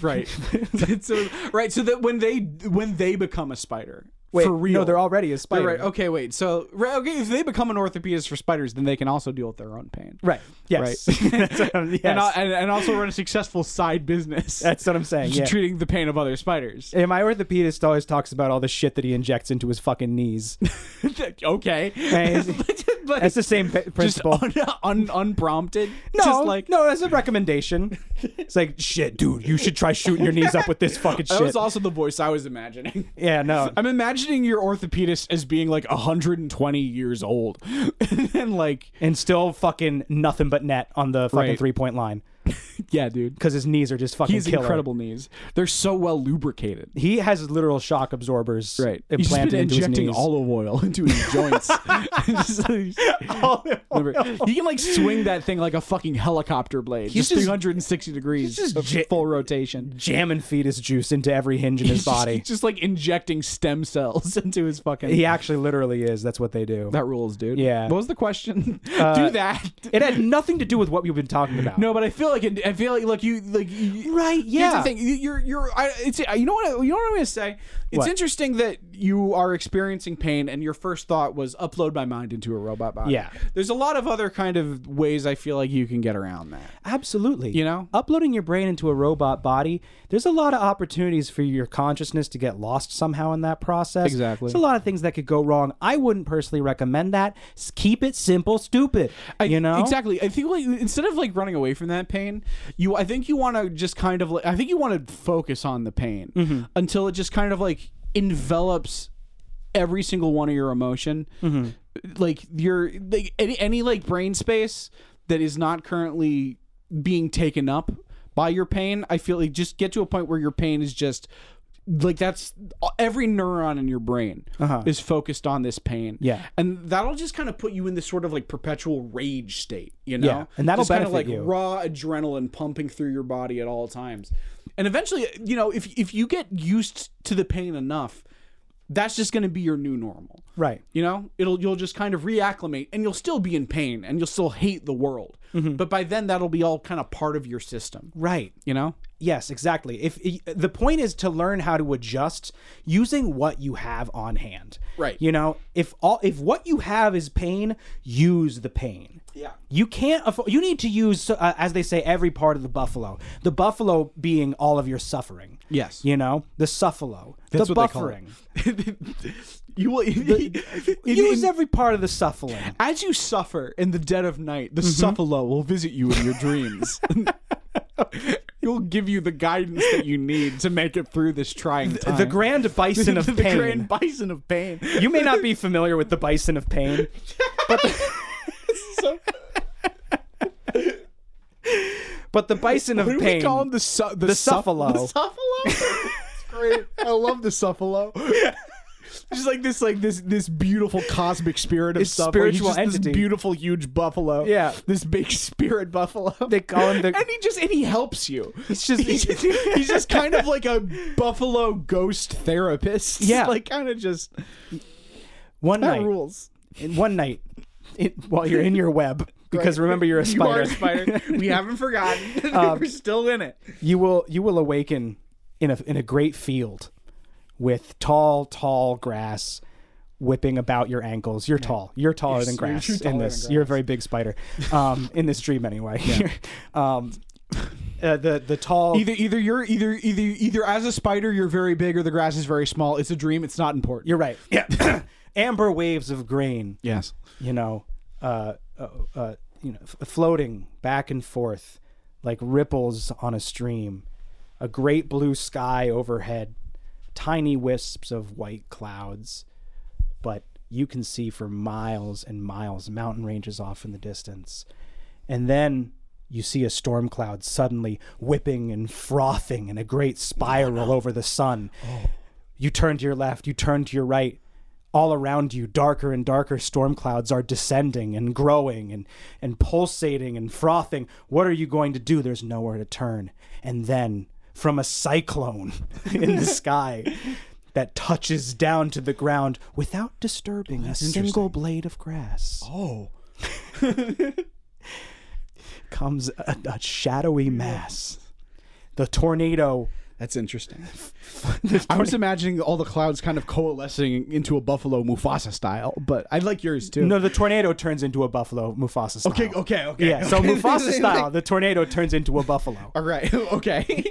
S2: Right. so, right. So that when they when they become a spider,
S1: Wait,
S2: for real,
S1: no, they're already a spider.
S2: Right. Okay. Wait. So right, okay, if they become an orthopedist for spiders, then they can also deal with their own pain.
S1: Right. Yes. That's what I'm, yes.
S2: And, al- and, and also run a successful side business.
S1: That's what I'm saying. Yeah.
S2: Treating the pain of other spiders.
S1: And my orthopedist always talks about all the shit that he injects into his fucking knees.
S2: okay.
S1: Hey,
S2: Like,
S1: That's the same pa-
S2: just
S1: principle.
S2: un- un- unprompted.
S1: No,
S2: Just like
S1: no, that's a recommendation. it's like shit, dude. You should try shooting your knees up with this fucking
S2: that was
S1: shit.
S2: also the voice I was imagining.
S1: yeah, no.
S2: I'm imagining your orthopedist as being like 120 years old, and then like,
S1: And still fucking nothing but net on the fucking
S2: Right.
S1: three point line
S2: yeah, dude.
S1: because his knees are just fucking
S2: He's
S1: killer.
S2: incredible knees. They're so well lubricated.
S1: He has literal shock absorbers
S2: He's just
S1: implanted
S2: been
S1: into his
S2: injecting
S1: knees.
S2: olive oil into his joints. Just like- remember, he can like swing that thing like a fucking helicopter blade. Just,
S1: just-
S2: 360 degrees
S1: just
S2: of
S1: j-
S2: full rotation.
S1: jamming fetus juice into every hinge in his
S2: He's just-
S1: body.
S2: Just, like injecting stem cells into his fucking.
S1: He actually literally is. That's what they do.
S2: That rules, dude.
S1: Yeah. Uh,
S2: What was the question? Do that.
S1: It had nothing to do with what we've been talking about.
S2: No, but I feel like it, I feel like look you like you,
S1: Right,
S2: Here's
S1: yeah.
S2: the thing You- you're you're I, it's uh, you know what I, you know what I'm gonna say. It's
S1: What?
S2: interesting that you are experiencing pain and your first thought was upload my mind into a robot body.
S1: Yeah.
S2: there's a lot of other kind of ways I feel like you can get around that.
S1: Absolutely.
S2: You know?
S1: uploading your brain into a robot body, there's a lot of opportunities for your consciousness to get lost somehow in that process.
S2: Exactly.
S1: There's a lot of things that could go wrong. I wouldn't personally recommend that. S- Keep it simple, stupid.
S2: I-
S1: you know?
S2: exactly. I think like instead of like running away from that pain, you I think you want to just kind of like I think you want to focus on the pain
S1: Mm-hmm.
S2: until it just kind of like envelops every single one of your emotion,
S1: Mm-hmm.
S2: like your like any, any like brain space that is not currently being taken up by your pain. I feel like just get to a point where your pain is just like that's every neuron in your brain is focused on this pain
S1: Uh-huh. Yeah.
S2: and that'll just kind of put you in this sort of like perpetual rage state, you know?
S1: Yeah, and that'll
S2: just kind of like
S1: benefit you.
S2: raw adrenaline pumping through your body at all times. And eventually, you know, if if you get used to the pain enough, that's just going to be your new normal.
S1: Right.
S2: You know, it'll you'll just kind of reacclimate and you'll still be in pain and you'll still hate the world. But by then that'll be all kind of part of your system,
S1: Mm-hmm. Right.
S2: you know?
S1: Yes, exactly. If the point is to learn how to adjust using what you have on hand.
S2: Right.
S1: You know, if all if what you have is pain, use the pain.
S2: Yeah.
S1: You can't afford you need to use uh, as they say every part of the buffalo. The buffalo being all of your suffering.
S2: Yes.
S1: You know, the suffalo, the buffering.
S2: you will
S1: Use every part of the suffering.
S2: As you suffer in the dead of night, the
S1: Mm-hmm.
S2: Suffalo will visit you in your dreams. He'll give you the guidance that you need to make it through this trying time.
S1: The grand bison of
S2: the
S1: pain.
S2: grand bison of pain.
S1: you may not be familiar with the bison of pain.
S2: So,
S1: But the bison of
S2: what do
S1: pain.
S2: we call him? The, su- the, suff-
S1: Suffalo.
S2: The Suffalo? It's great. I love the Suffalo. Just like this, like this, this beautiful cosmic spirit of
S1: It's
S2: Suffalo.
S1: spiritual
S2: He's just
S1: entity.
S2: This beautiful, huge buffalo.
S1: Yeah.
S2: this big spirit buffalo.
S1: They call him the-
S2: and he just and he helps you.
S1: It's just
S2: he's, he's just kind of like a buffalo ghost therapist.
S1: Yeah.
S2: like kind of just
S1: one
S2: that
S1: night.
S2: rules.
S1: in one night in, while you're in your web because remember you're a
S2: You are
S1: spider
S2: a spider. Um, we haven't forgotten. We're still in it.
S1: you will you will awaken in a in a great field with tall, tall grass whipping about your ankles. You're tall. You're taller than grass
S3: you're
S1: in
S3: taller
S1: this.
S3: than
S1: You're a very big spider. Um, in this dream anyway. um, uh, the the tall
S2: Either either you're either either either as a spider you're very big or the grass is very small. It's a dream. It's not important.
S1: You're right. Yeah. Amber waves of grain.
S2: yes.
S1: You know, uh, uh, uh, you know, f- floating back and forth like ripples on a stream. A great blue sky overhead. Tiny wisps of white clouds, but you can see for miles and miles mountain ranges off in the distance. And then you see a storm cloud suddenly whipping and frothing in a great spiral over the sun. You turn to your left, you turn to your right. All around you, darker and darker storm clouds are descending and growing and, and pulsating and frothing. What are you going to do? There's nowhere to turn. And then, from a cyclone in the sky that touches down to the ground without disturbing a single blade of grass,
S2: Oh.
S1: comes a, a shadowy mass. The tornado
S2: That's interesting. I was imagining all the clouds kind of coalescing into a Buffalo Mufasa style, but I like yours too.
S1: No, the tornado turns into a buffalo Mufasa style.
S2: Okay, okay, okay,
S1: Yeah, so
S2: okay.
S1: Mufasa
S2: Like-
S1: style, the tornado turns into a buffalo.
S2: All right. okay.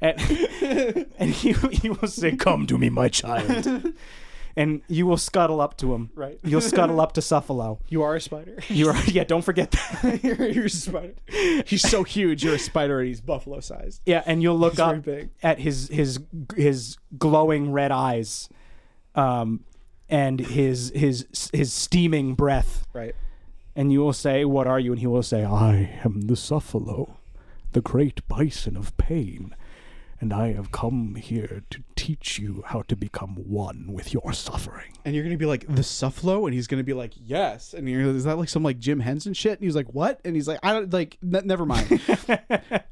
S1: And, and he, he will say, Come to me, my child. And you will scuttle up to him.
S2: Right.
S1: You'll scuttle up to Suffalo.
S3: You are a spider.
S1: You are, yeah, don't forget that.
S3: you're, you're a spider.
S2: He's so huge. You're a spider and he's buffalo sized.
S1: Yeah, and you'll look
S3: very
S1: up
S3: big.
S1: at his his his glowing red eyes, um, and his his his steaming breath.
S3: Right.
S1: And you will say, What are you? And he will say, I am the Suffalo, the great bison of pain, and I have come here to teach you how to become one with your suffering.
S2: And you're gonna be like the Suffalo, and he's gonna be like, yes. And you're, is that like some like Jim Henson shit? And he's like, what? And he's like, I don't like. N- never mind.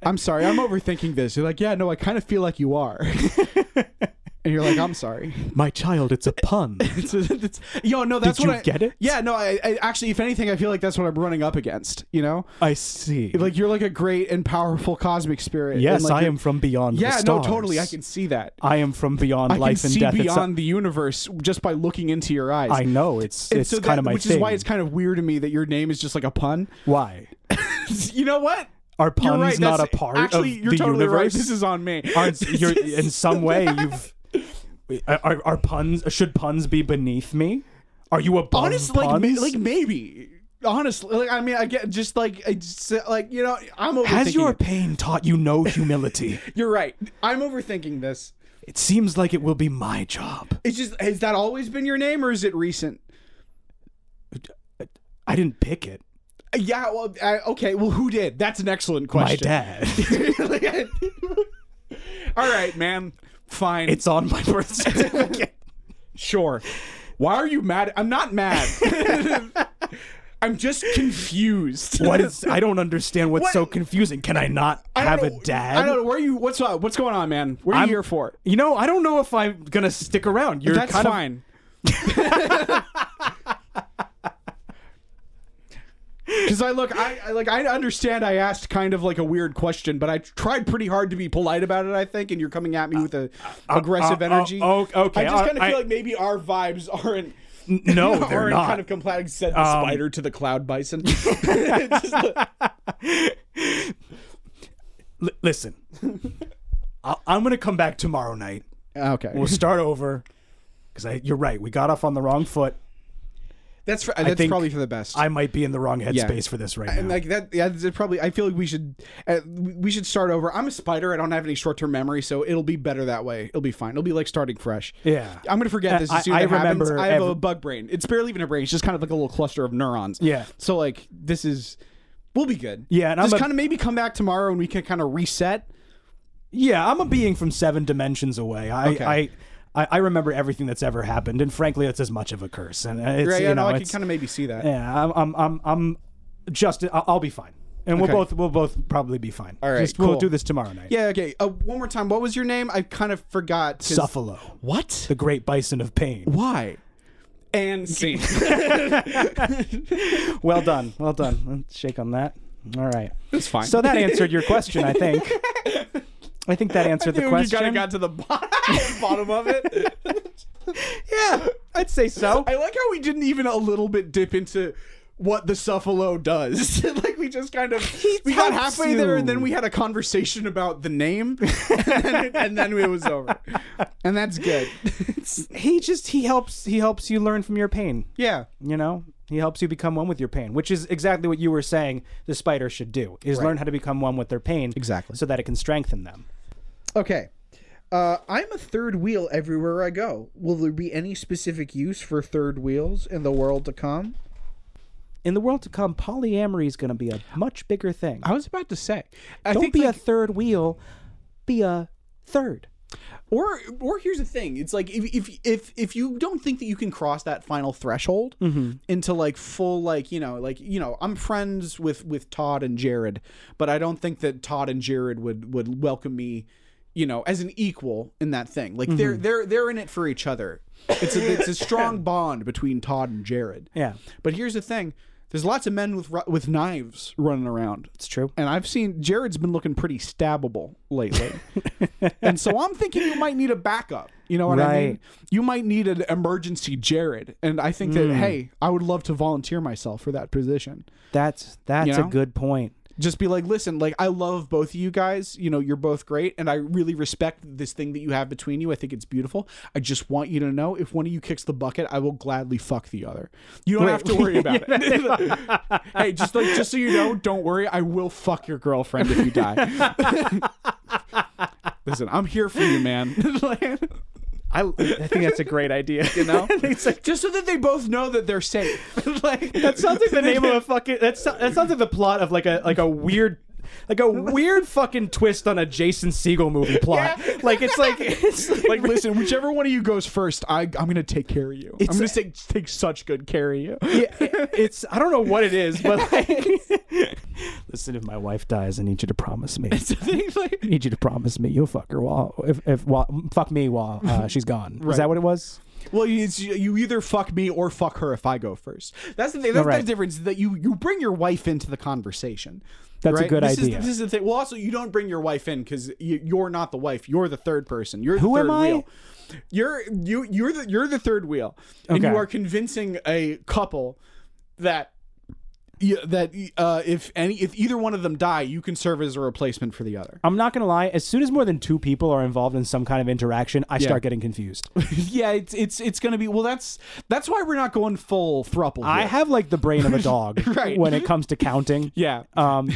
S2: I'm sorry. I'm overthinking this. You're like, yeah, no, I kind of feel like you are. and you're like, I'm sorry.
S1: My child, it's a pun.
S2: It's, it's, yo, no, that's
S1: Did
S2: what
S1: you
S2: I,
S1: get it?
S2: Yeah, no. I, I actually, if anything, I feel like that's what I'm running up against. You know,
S1: I see.
S2: like you're like a great and powerful cosmic spirit.
S1: yes,
S2: and, like,
S1: I
S2: you're-
S1: am from beyond the
S2: Yeah, no,
S1: stars.
S2: totally. I can see that.
S1: I am from beyond
S2: I
S1: life
S2: can
S1: and
S2: see
S1: death. It's-
S2: beyond the universe just by looking into your eyes.
S1: I know it's
S2: And
S1: it's
S2: so
S1: kind
S2: that-
S1: of my
S2: which
S1: thing.
S2: is why it's kind of weird to me that your name is just like a pun.
S1: why
S2: you know what?
S1: are
S2: You're
S1: puns
S2: right.
S1: not a
S2: that's-
S1: part
S2: actually,
S1: of
S2: you're
S1: the
S2: totally
S1: universe?
S2: Right. This is on me.
S1: aren't you're in some way you've are, are puns should puns be beneath me are you above
S2: honestly like,
S1: puns
S2: ma- like maybe. Honestly, like I mean, I get just like I just, uh, like you know, I'm overthinking.
S1: has your
S2: it.
S1: pain taught you no humility
S2: You're right. I'm overthinking this.
S1: it seems like it will be my job
S2: It's just has that always been your name or is it recent?
S1: i didn't pick it
S2: Uh, Yeah. Well, I, okay. Well, who did? That's an excellent
S1: my
S2: question.
S1: dad
S2: dad. All right, man. Fine.
S1: it's on my birth certificate
S2: Sure. Why are you mad? I'm not mad. I'm just confused.
S1: what is i don't understand what's
S2: What-
S1: so confusing can i not
S2: I
S1: have
S2: don't know-
S1: a dad
S2: I don't know. Where are you? What's up? What's going on, man? What are you
S1: I'm-
S2: here for?
S1: you know i don't know if i'm gonna stick around you're
S2: That's
S1: kind of
S2: fine. Because I look, I, I like, I understand. I asked kind of like a weird question, but I tried pretty hard to be polite about it. I think, and you're coming at me with a aggressive
S1: uh, uh,
S2: energy.
S1: oh, okay,
S2: I just
S1: uh,
S2: kind of
S1: I-
S2: feel like maybe our vibes aren't.
S1: no they're
S2: aren't
S1: not
S2: kind of complying. Sent the
S1: Um,
S2: spider to the cloud bison. Just the-
S1: L- listen I- i'm gonna come back tomorrow night
S2: Okay,
S1: we'll start over because you're right. We got off on the wrong foot.
S2: that's for, that's
S1: think
S2: probably for the best.
S1: I might be in the wrong headspace for this right now.
S2: and like that, yeah, that's probably. I feel like we should uh, we should start over. I'm a spider. I don't have any short term memory, so it'll be better that way. It'll be fine. It'll be like starting fresh.
S1: Yeah. Uh,
S2: I'm gonna forget this
S1: I-
S2: as soon
S1: I
S2: as it happens.
S1: remember
S2: I have
S1: every-
S2: a bug brain. It's barely even a brain. It's just kind of like a little cluster of neurons.
S1: Yeah.
S2: So like this is. We'll be good.
S1: Yeah, and I'm
S2: just
S1: a-
S2: kind of maybe come back tomorrow and we can kind of reset.
S1: yeah, I'm a being from seven dimensions away. I,
S2: Okay.
S1: I, I, I remember everything that's ever happened, and frankly, that's as much of a curse. And uh, it's
S2: Right?
S1: you
S2: yeah,
S1: know,
S2: no, I can
S1: it's,
S2: kind of maybe see that.
S1: yeah, I'm, I'm, I'm, I'm just, I'll, I'll be fine, and
S2: Okay.
S1: we'll both, we'll both probably be fine. All
S2: right,
S1: just, we'll
S2: cool.
S1: do this tomorrow night.
S2: Yeah. Okay. Uh, one more time. What was your name? I kind of forgot. 'cause-
S1: Suffalo,
S2: What?
S1: the great bison of pain.
S2: Why? And scene.
S1: Well done, well done. Let's shake on that. All right.
S2: It's fine.
S1: So that answered your question, I think. I think that answered the
S2: Dude,
S1: question.
S2: You kind of got to the bottom. bottom of it.
S1: Yeah, I'd say so.
S2: I like how we didn't even a little bit dip into what the Suffalo does. like we just kind of we got
S1: helps
S2: halfway there and
S1: you.
S2: then we had a conversation about the name and, then, and then it was over. And that's good.
S1: He just he helps he helps you learn from your pain.
S2: yeah.
S1: You know, he helps you become one with your pain, which is exactly what you were saying. The spider should do is learn how to become one with their pain,
S2: Exactly.
S1: so that it can strengthen them.
S3: Okay. Uh, I'm a third wheel everywhere I go. Will there be any specific use for third wheels in the world to come?
S1: In the world to come, polyamory is going to be a much bigger thing.
S2: I was about to say. I
S1: Don't
S2: think
S1: be
S2: like-
S1: a third wheel, be a third.
S2: or or here's the thing it's like if if if, if you don't think that you can cross that final threshold into like full like you know like you know i'm friends with with todd and jared but i don't think that todd and jared would would welcome me you know as an equal in that thing like they're they're they're in it for each other it's a it's a strong bond between todd and jared
S1: Yeah,
S2: but here's the thing there's lots of men with ru- with knives running around
S1: it's true.
S2: and I've seen Jared's been looking pretty stabbable lately. and so I'm thinking you might need a backup. You know what I mean?
S1: Right.
S2: You might need an emergency Jared. And I think that, hey, I would love to volunteer myself for that position.
S1: That's that's
S2: You know?
S1: a good point.
S2: Just be like, listen, like, I love both of you guys. You know, you're both great. And I really respect this thing that you have between you. I think it's beautiful. I just want you to know if one of you kicks the bucket, I will gladly fuck the other. You don't have to worry about it. hey, just like, just so you know, don't worry. I will fuck your girlfriend if you die. listen, I'm here for you, man.
S1: I, I think that's a great idea. You know,
S2: just so that they both know that they're safe. like,
S1: That sounds like the name of a fucking. That, so, that sounds like the plot of like a like a weird. Like a weird fucking twist on a Jason Siegel movie plot. Like it's like it's like,
S2: like listen whichever one of you goes first i i'm gonna take care of you i'm gonna take, take such good care of you
S1: yeah, it's I don't know what it is, but like listen, if my wife dies, I need you to promise me. I
S2: Things like-
S1: need you to promise me you'll fuck her while if, if while, fuck me while uh, she's gone. Is that what it was?
S2: well you, it's- you either fuck me or fuck her if i go first that's the thing that's
S1: All right.
S2: the difference is that you you bring your wife into the conversation
S1: That's a
S2: right?
S1: good
S2: this
S1: idea.
S2: Is, this is the thing. Well, also you don't bring your wife in because you, you're not the wife. You're the third person. You're the
S1: Who
S2: third
S1: am I?
S2: wheel. You're you you're the you're the third wheel, and
S1: Okay.
S2: you are convincing a couple that y- that uh, if any if either one of them die, you can serve as a replacement for the other.
S1: I'm not gonna lie. As soon as more than two people are involved in some kind of interaction, I start getting confused.
S2: yeah, it's it's it's gonna be well. That's that's why we're not going full thruple.
S1: I
S2: here.
S1: have like the brain of a dog
S2: Right.
S1: when it comes to counting.
S2: yeah.
S1: Um,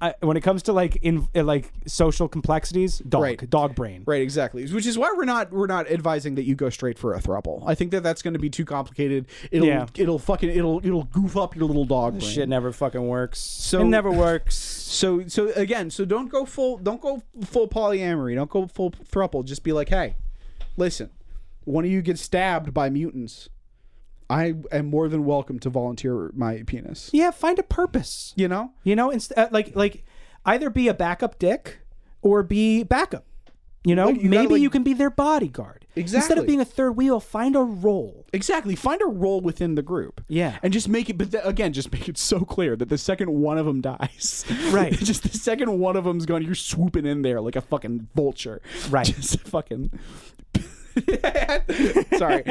S1: I, when it comes to like in uh, like social complexities, dog
S2: Right.
S1: dog brain.
S2: Right, exactly. Which is why we're not we're not advising that you go straight for a thruple. I think that that's going to be too complicated. It'll
S1: Yeah.
S2: it'll fucking it'll it'll goof up your little dog brain.
S1: Shit never fucking works. So it never works.
S2: So so again, so don't go full don't go full polyamory. Don't go full thruple. Just be like, hey, listen, one of you gets stabbed by mutants. I am more than welcome to volunteer my penis.
S1: Yeah, find a purpose.
S2: You know.
S1: You know, inst- uh, like like either be a backup dick or be backup. You know,
S2: you gotta,
S1: maybe
S2: like-
S1: you can be their bodyguard. Instead
S2: Exactly.
S1: of being a third wheel, find a role.
S2: Exactly. Find a role within the group.
S1: Yeah.
S2: And just make it, but th- again, just make it so clear that the second one of them dies,
S1: Right.
S2: just the second one of them's gone, you're swooping in there like a fucking vulture.
S1: Right.
S2: Just fucking. Sorry.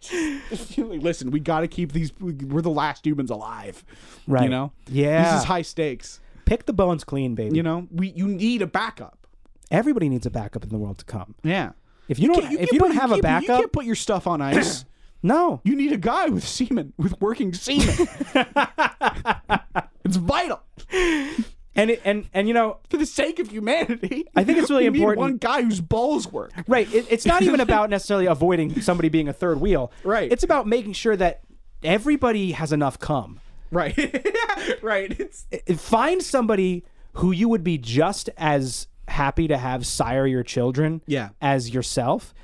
S2: Just- Listen, we got to keep these. We're the last humans alive.
S1: Right.
S2: You know?
S1: Yeah.
S2: This is high stakes.
S1: Pick the bones clean, baby.
S2: You know? we You need a backup.
S1: Everybody needs a backup in the world to come.
S2: Yeah.
S1: If you don't,
S2: can't-
S1: if
S2: can't
S1: you don't
S2: put-
S1: have a
S2: can't put- You
S1: backup,
S2: can't put your stuff on ice.
S1: no,
S2: You need a guy with semen, with working semen. it's vital
S1: and it, and and you know,
S2: for the sake of humanity.
S1: I think it's really
S2: we need
S1: important-
S2: one guy whose balls work.
S1: Right. It, it's not even about necessarily avoiding somebody being a third wheel.
S2: Right.
S1: It's about making sure that everybody has enough cum.
S2: Right. right. It's
S1: I- Find somebody who you would be just as happy to have sire your children
S2: Yeah.
S1: as yourself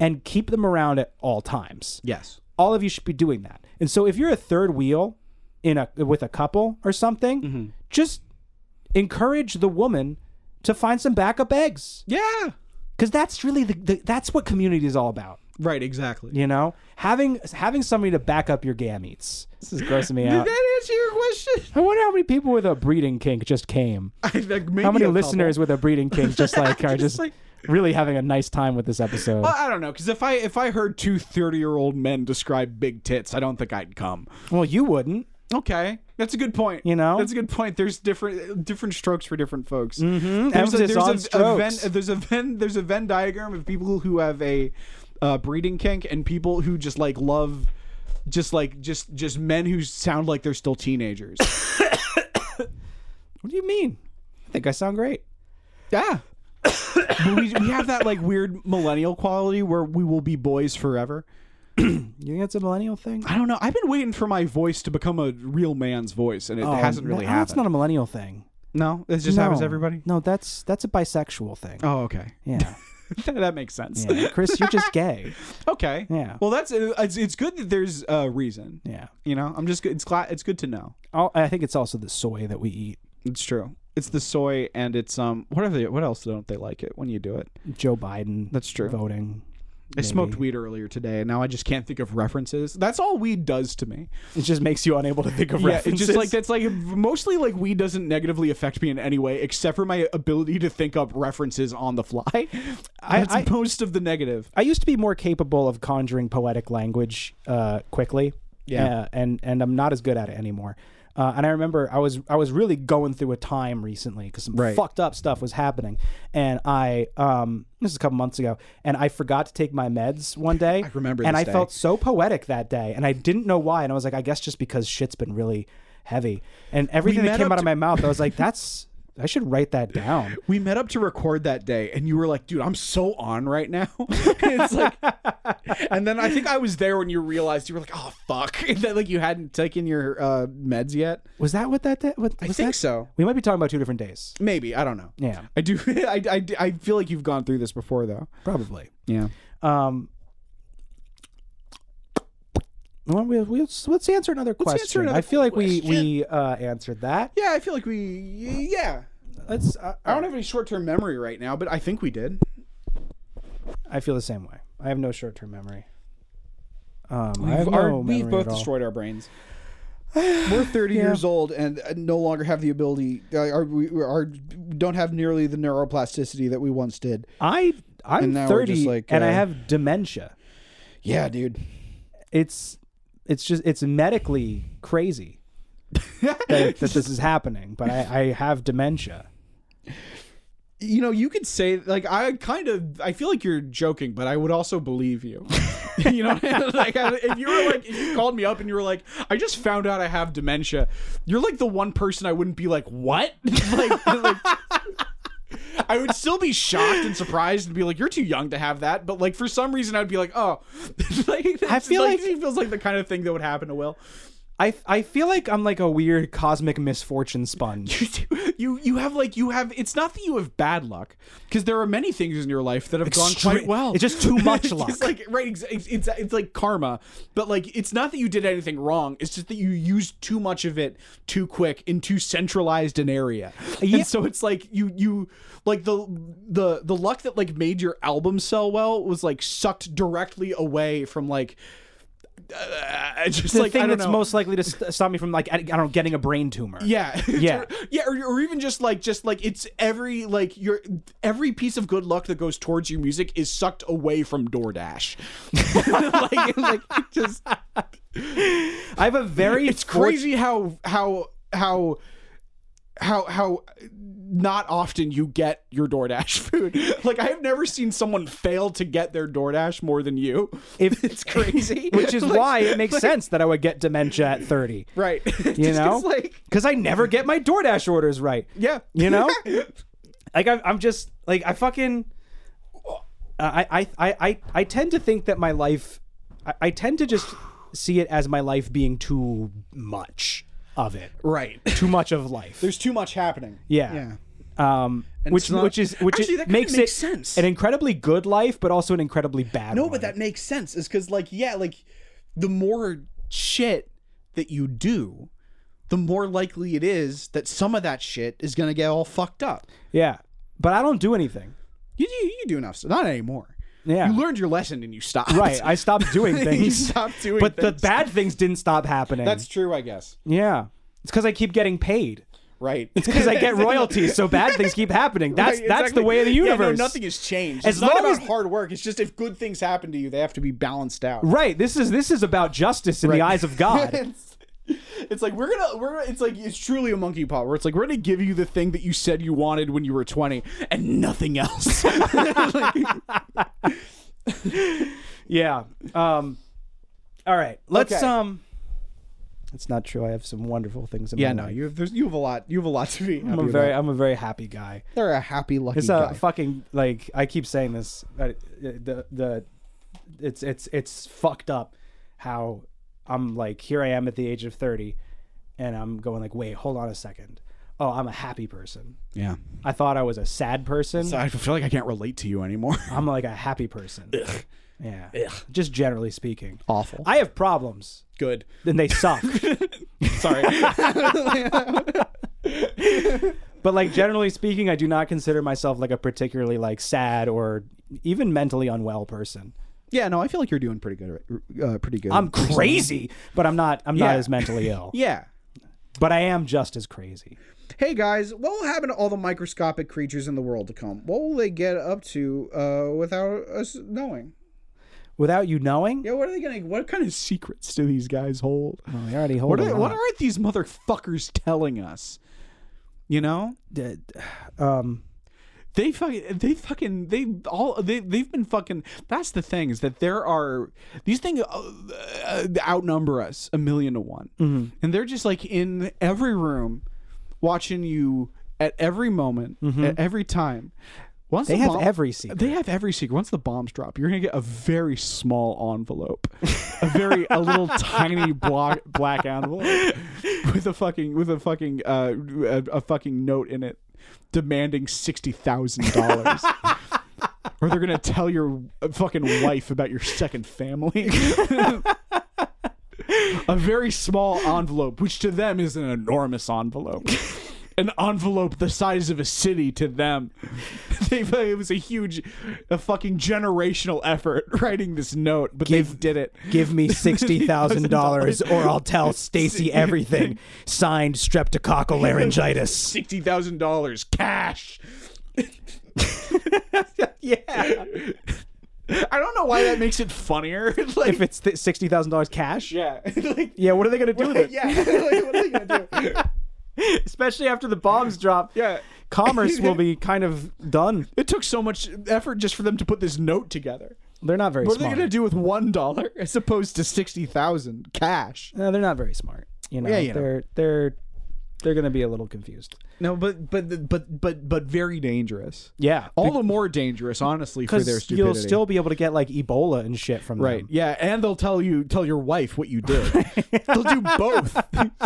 S1: and keep them around at all times.
S2: yes.
S1: All of you should be doing that. And so if you're a third wheel in a with a couple or something,
S2: Mm-hmm.
S1: just encourage the woman to find some backup eggs
S2: Yeah.
S1: because that's really the, the that's what community is all about.
S2: Right, exactly.
S1: You know, having having somebody to back up your gametes. This is grossing me
S2: Did
S1: out.
S2: that answer your question?
S1: I wonder how many people with a breeding kink just came.
S2: I think maybe
S1: How many
S2: a couple.
S1: listeners with a breeding kink just like are
S2: Just
S1: just
S2: like-
S1: really having a nice time with this episode?
S2: Well, I don't know, because if I if I heard two 30 year old men describe big tits, I don't think I'd come.
S1: Well, you wouldn't.
S2: Okay, that's a good point.
S1: You know?
S2: that's a good point. There's different different strokes for different folks. Mm-hmm. There's
S1: Emphasis on
S2: a Venn,
S1: strokes.
S2: there's a Venn there's a Venn diagram of people who have a uh, breeding kink and people who just like love just like just just men who sound like they're still teenagers.
S1: What do you mean? I think I sound great.
S2: yeah. But we, we have that like weird millennial quality where we will be boys forever.
S1: You think that's a millennial thing?
S2: I don't know. I've been waiting for my voice to become a real man's voice, and it hasn't really happened.
S1: Oh, That's not a millennial thing.
S2: no, it just happens to everybody.
S1: No, that's that's a bisexual thing.
S2: Oh, okay.
S1: Yeah.
S2: that makes sense.
S1: yeah. Chris, you're just gay.
S2: Okay.
S1: Yeah.
S2: Well, that's it's, it's good that there's a reason.
S1: Yeah.
S2: You know, I'm just it's glad it's good to know.
S1: Al- I think it's also the soy that we eat.
S2: It's true. It's the soy and it's um what are they what else don't they like it when you do it?
S1: Joe Biden.
S2: That's true.
S1: Voting.
S2: I smoked weed earlier today and now I just can't think of references. That's all weed does to me.
S1: It just makes you unable to think of
S2: Yeah,
S1: references.
S2: it's just like that's like mostly like weed doesn't negatively affect me in any way except for my ability to think up references on the fly. that's
S1: I-
S2: most of the negative.
S1: I used to be more capable of conjuring poetic language uh, quickly.
S2: Yeah.
S1: Uh, and and I'm not as good at it anymore. Uh, and I remember I was I was really going through a time recently because some
S2: Right.
S1: fucked up stuff was happening, and I um this is a couple months ago, and I forgot to take my meds one day. I
S2: remember
S1: and
S2: this
S1: I
S2: day.
S1: felt so poetic that day, and I didn't know why, and I was like, I guess just because shit's been really heavy, and everything that
S2: met
S1: came
S2: up
S1: out of
S2: to-
S1: my mouth, I was like, that's I should write that down.
S2: we met up to record that day and you were like dude i'm so on right now it's like and then i think i was there when you realized you were like oh fuck that like you hadn't taken your uh meds yet
S1: Was that what that did? What,
S2: i
S1: was
S2: think
S1: that?
S2: so
S1: We might be talking about two different days.
S2: maybe i don't know
S1: Yeah,
S2: i do I, I i feel like you've gone through this before though
S1: probably.
S2: yeah
S1: Um, well, we, we, let's, let's answer another question.
S2: answer another
S1: I feel like we
S2: question.
S1: we uh, answered that.
S2: yeah i feel like we yeah
S1: Let's. Uh,
S2: i don't have any short-term memory right now but i think we did
S1: I feel the same way. I have no short term memory. Um, I have
S2: We've- our-
S1: no
S2: we've
S1: memory
S2: both
S1: at all.
S2: destroyed our brains
S3: We're 30 years old and uh, no longer have the ability, uh, are, we are, don't have nearly the neuroplasticity that we once did.
S1: I I'm
S3: And now we're just
S1: thirty
S3: like,
S1: and I
S3: uh,
S1: have dementia.
S3: Yeah, dude.
S1: It's it's just it's medically crazy that, that this is happening, but I, I have dementia.
S2: you know, you could say like I kind of I feel like you're joking, but I would also believe you. you know, like I- if you were like if you called me up and you were like, I just found out I have dementia. You're like the one person I wouldn't be like, what? like, like, I would still be shocked and surprised and be like, you're too young to have that. But like for some reason, I'd be like, oh, like I
S1: feel like-
S2: it feels like the kind of thing that would happen to Will.
S1: I, I feel like I'm like a weird cosmic misfortune sponge.
S2: You you have like you have it's not that you have bad luck because there are many things in your life that have gone
S1: Extre-
S2: quite well.
S1: it's just too much
S2: It's
S1: luck.
S2: just like right, ex- it's, it's it's like karma, but like it's not that you did anything wrong. It's just that you used too much of it too quick in too centralized an area,
S1: Yeah.
S2: and so it's like you you like the the the luck that like made your album sell well was like sucked directly away from like. Uh, just
S1: the
S2: like I
S1: thing
S2: don't
S1: that's
S2: know.
S1: most likely to st- stop me from like I, I don't know getting a brain tumor.
S2: Yeah.
S1: Yeah.
S2: yeah, or, or even just like just like it's every like your every piece of good luck that goes towards your music is sucked away from DoorDash. like, it's like it just
S1: I have a very
S2: it's crazy how how how how how not often you get your DoorDash food. Like I have never seen someone fail to get their DoorDash more than you.
S1: If-
S2: it's crazy.
S1: which is
S2: Like,
S1: why it makes sense that I would get dementia at 30.
S2: right.
S1: You know?
S2: like
S1: Cuz I never get my DoorDash orders right.
S2: yeah.
S1: You know? like I I'm just like I fucking I I I I, I tend to think that my life I, I tend to just see it as my life being too much of it.
S2: right.
S1: Too much of life.
S3: There's too much happening.
S1: Yeah. Um, which
S3: it's not-
S1: which is which
S2: Actually,
S1: is-
S2: that kinda
S1: makes,
S2: makes
S1: it
S2: sense.
S1: an incredibly good life, but also an incredibly bad.
S2: No,
S1: one.
S2: but that makes sense. Is because like yeah, like the more shit that you do, the more likely it is that some of that shit is gonna get all fucked up.
S1: yeah. But I don't do anything.
S2: You do you do enough stuff. Not anymore.
S1: Yeah.
S2: You learned your lesson and you stopped.
S1: Right. I stopped doing
S2: You
S1: things.
S2: stopped doing
S1: But the
S2: things.
S1: bad things didn't stop happening.
S2: That's true, I guess.
S1: yeah. It's because I keep getting paid.
S2: Right.
S1: Because I get royalties, so bad things keep happening. That's
S2: Right,
S1: that's the
S2: exactly.
S1: way of the
S2: Yeah, no,
S1: universe.
S2: nothing has changed.
S1: As
S2: it's not
S1: long
S2: about
S1: as-
S2: hard work. It's just if good things happen to you, they have to be balanced out.
S1: Right. This is this is about justice in the
S2: Right.
S1: eyes of God.
S2: it's, it's like we're gonna we're it's like it's truly a monkey pot where it's like we're gonna give you the thing that you said you wanted when you were 20 and nothing else.
S1: yeah. Um. All right. Let's
S2: Okay.
S1: um. That's not true. I have some wonderful things. In
S2: yeah,
S1: my
S2: no,
S1: life.
S2: you have there's you have a lot you have a lot to be.
S1: I'm a very I'm a very happy guy.
S3: They're a happy, lucky
S1: It's
S3: guy.
S1: a fucking like I keep saying this. but it- The the it's it's it's fucked up how I'm like here I am at the age of 30 and I'm going like wait, hold on a second. Oh, I'm a happy person.
S2: yeah.
S1: I thought I was a sad person.
S2: So I feel like I can't relate to you anymore.
S1: I'm like a happy person. Yeah. Just generally speaking.
S2: Awful.
S1: I have problems
S2: Good.
S1: and they suck.
S2: Sorry.
S1: but like generally speaking, I do not consider myself like a particularly like sad or even mentally unwell person.
S2: yeah, no, I feel like you're doing pretty good. Uh, pretty good.
S1: I'm crazy, but I'm not I'm not
S2: Yeah.
S1: as mentally ill.
S2: yeah.
S1: But I am just as crazy.
S3: Hey guys, what will happen to all the microscopic creatures in the world to come? What will they get up to uh, without us knowing?
S1: Without you knowing?
S3: Yeah, what are they gonna? What kind
S2: What kind of secrets do these guys hold?
S1: Well, they oh, already hold
S2: What
S1: a
S2: are,
S1: lot.
S2: what are these motherfuckers telling us? You know?
S1: D- um
S2: They fucking, they fucking, they all, they, they've been fucking. That's the thing is that there are these things uh, uh, outnumber us a million to one,
S1: Mm-hmm.
S2: and they're just like in every room, watching you at every moment, at every time. Once
S1: Mm-hmm. They
S2: the
S1: have
S2: bomb-
S1: every secret.
S2: They have every secret. Once the bombs drop, you're gonna get a very small envelope, a very, a little tiny black black envelope with a fucking, with a fucking, uh, a, a fucking note in it demanding sixty thousand dollars. Or they're gonna tell your uh, fucking wife about your second family. a very small envelope, which to them is an enormous envelope. An envelope the size of a city to them. They, it was a huge, a fucking generational effort writing this note, but they
S1: Give-
S2: did it.
S1: give me sixty thousand dollars or I'll tell Stacy everything. Signed streptococcal laryngitis.
S2: sixty thousand dollars cash.
S1: yeah.
S2: I don't know why that makes it funnier. like,
S1: If it's th- sixty thousand dollars cash.
S2: yeah, like,
S1: Yeah, what are they gonna do with it?
S2: yeah. like, what are they gonna do?
S1: Especially after the bombs drop.
S2: Yeah.
S1: Commerce will be kind of done.
S2: It took so much effort just for them to put this note together.
S1: They're not very
S2: What are
S1: smart.
S2: they gonna do with one dollar as opposed to sixty thousand cash?
S1: No, they're not very smart. You know,
S2: Yeah, you know.
S1: they're they're they're gonna be a little confused.
S2: No, but but but but but very dangerous.
S1: Yeah.
S2: All the more dangerous, honestly, for their
S1: because
S2: stupidity.
S1: you'll still be able to get like Ebola and shit from
S2: right.
S1: them.
S2: Yeah, and they'll tell you tell your wife what you did. they'll do both.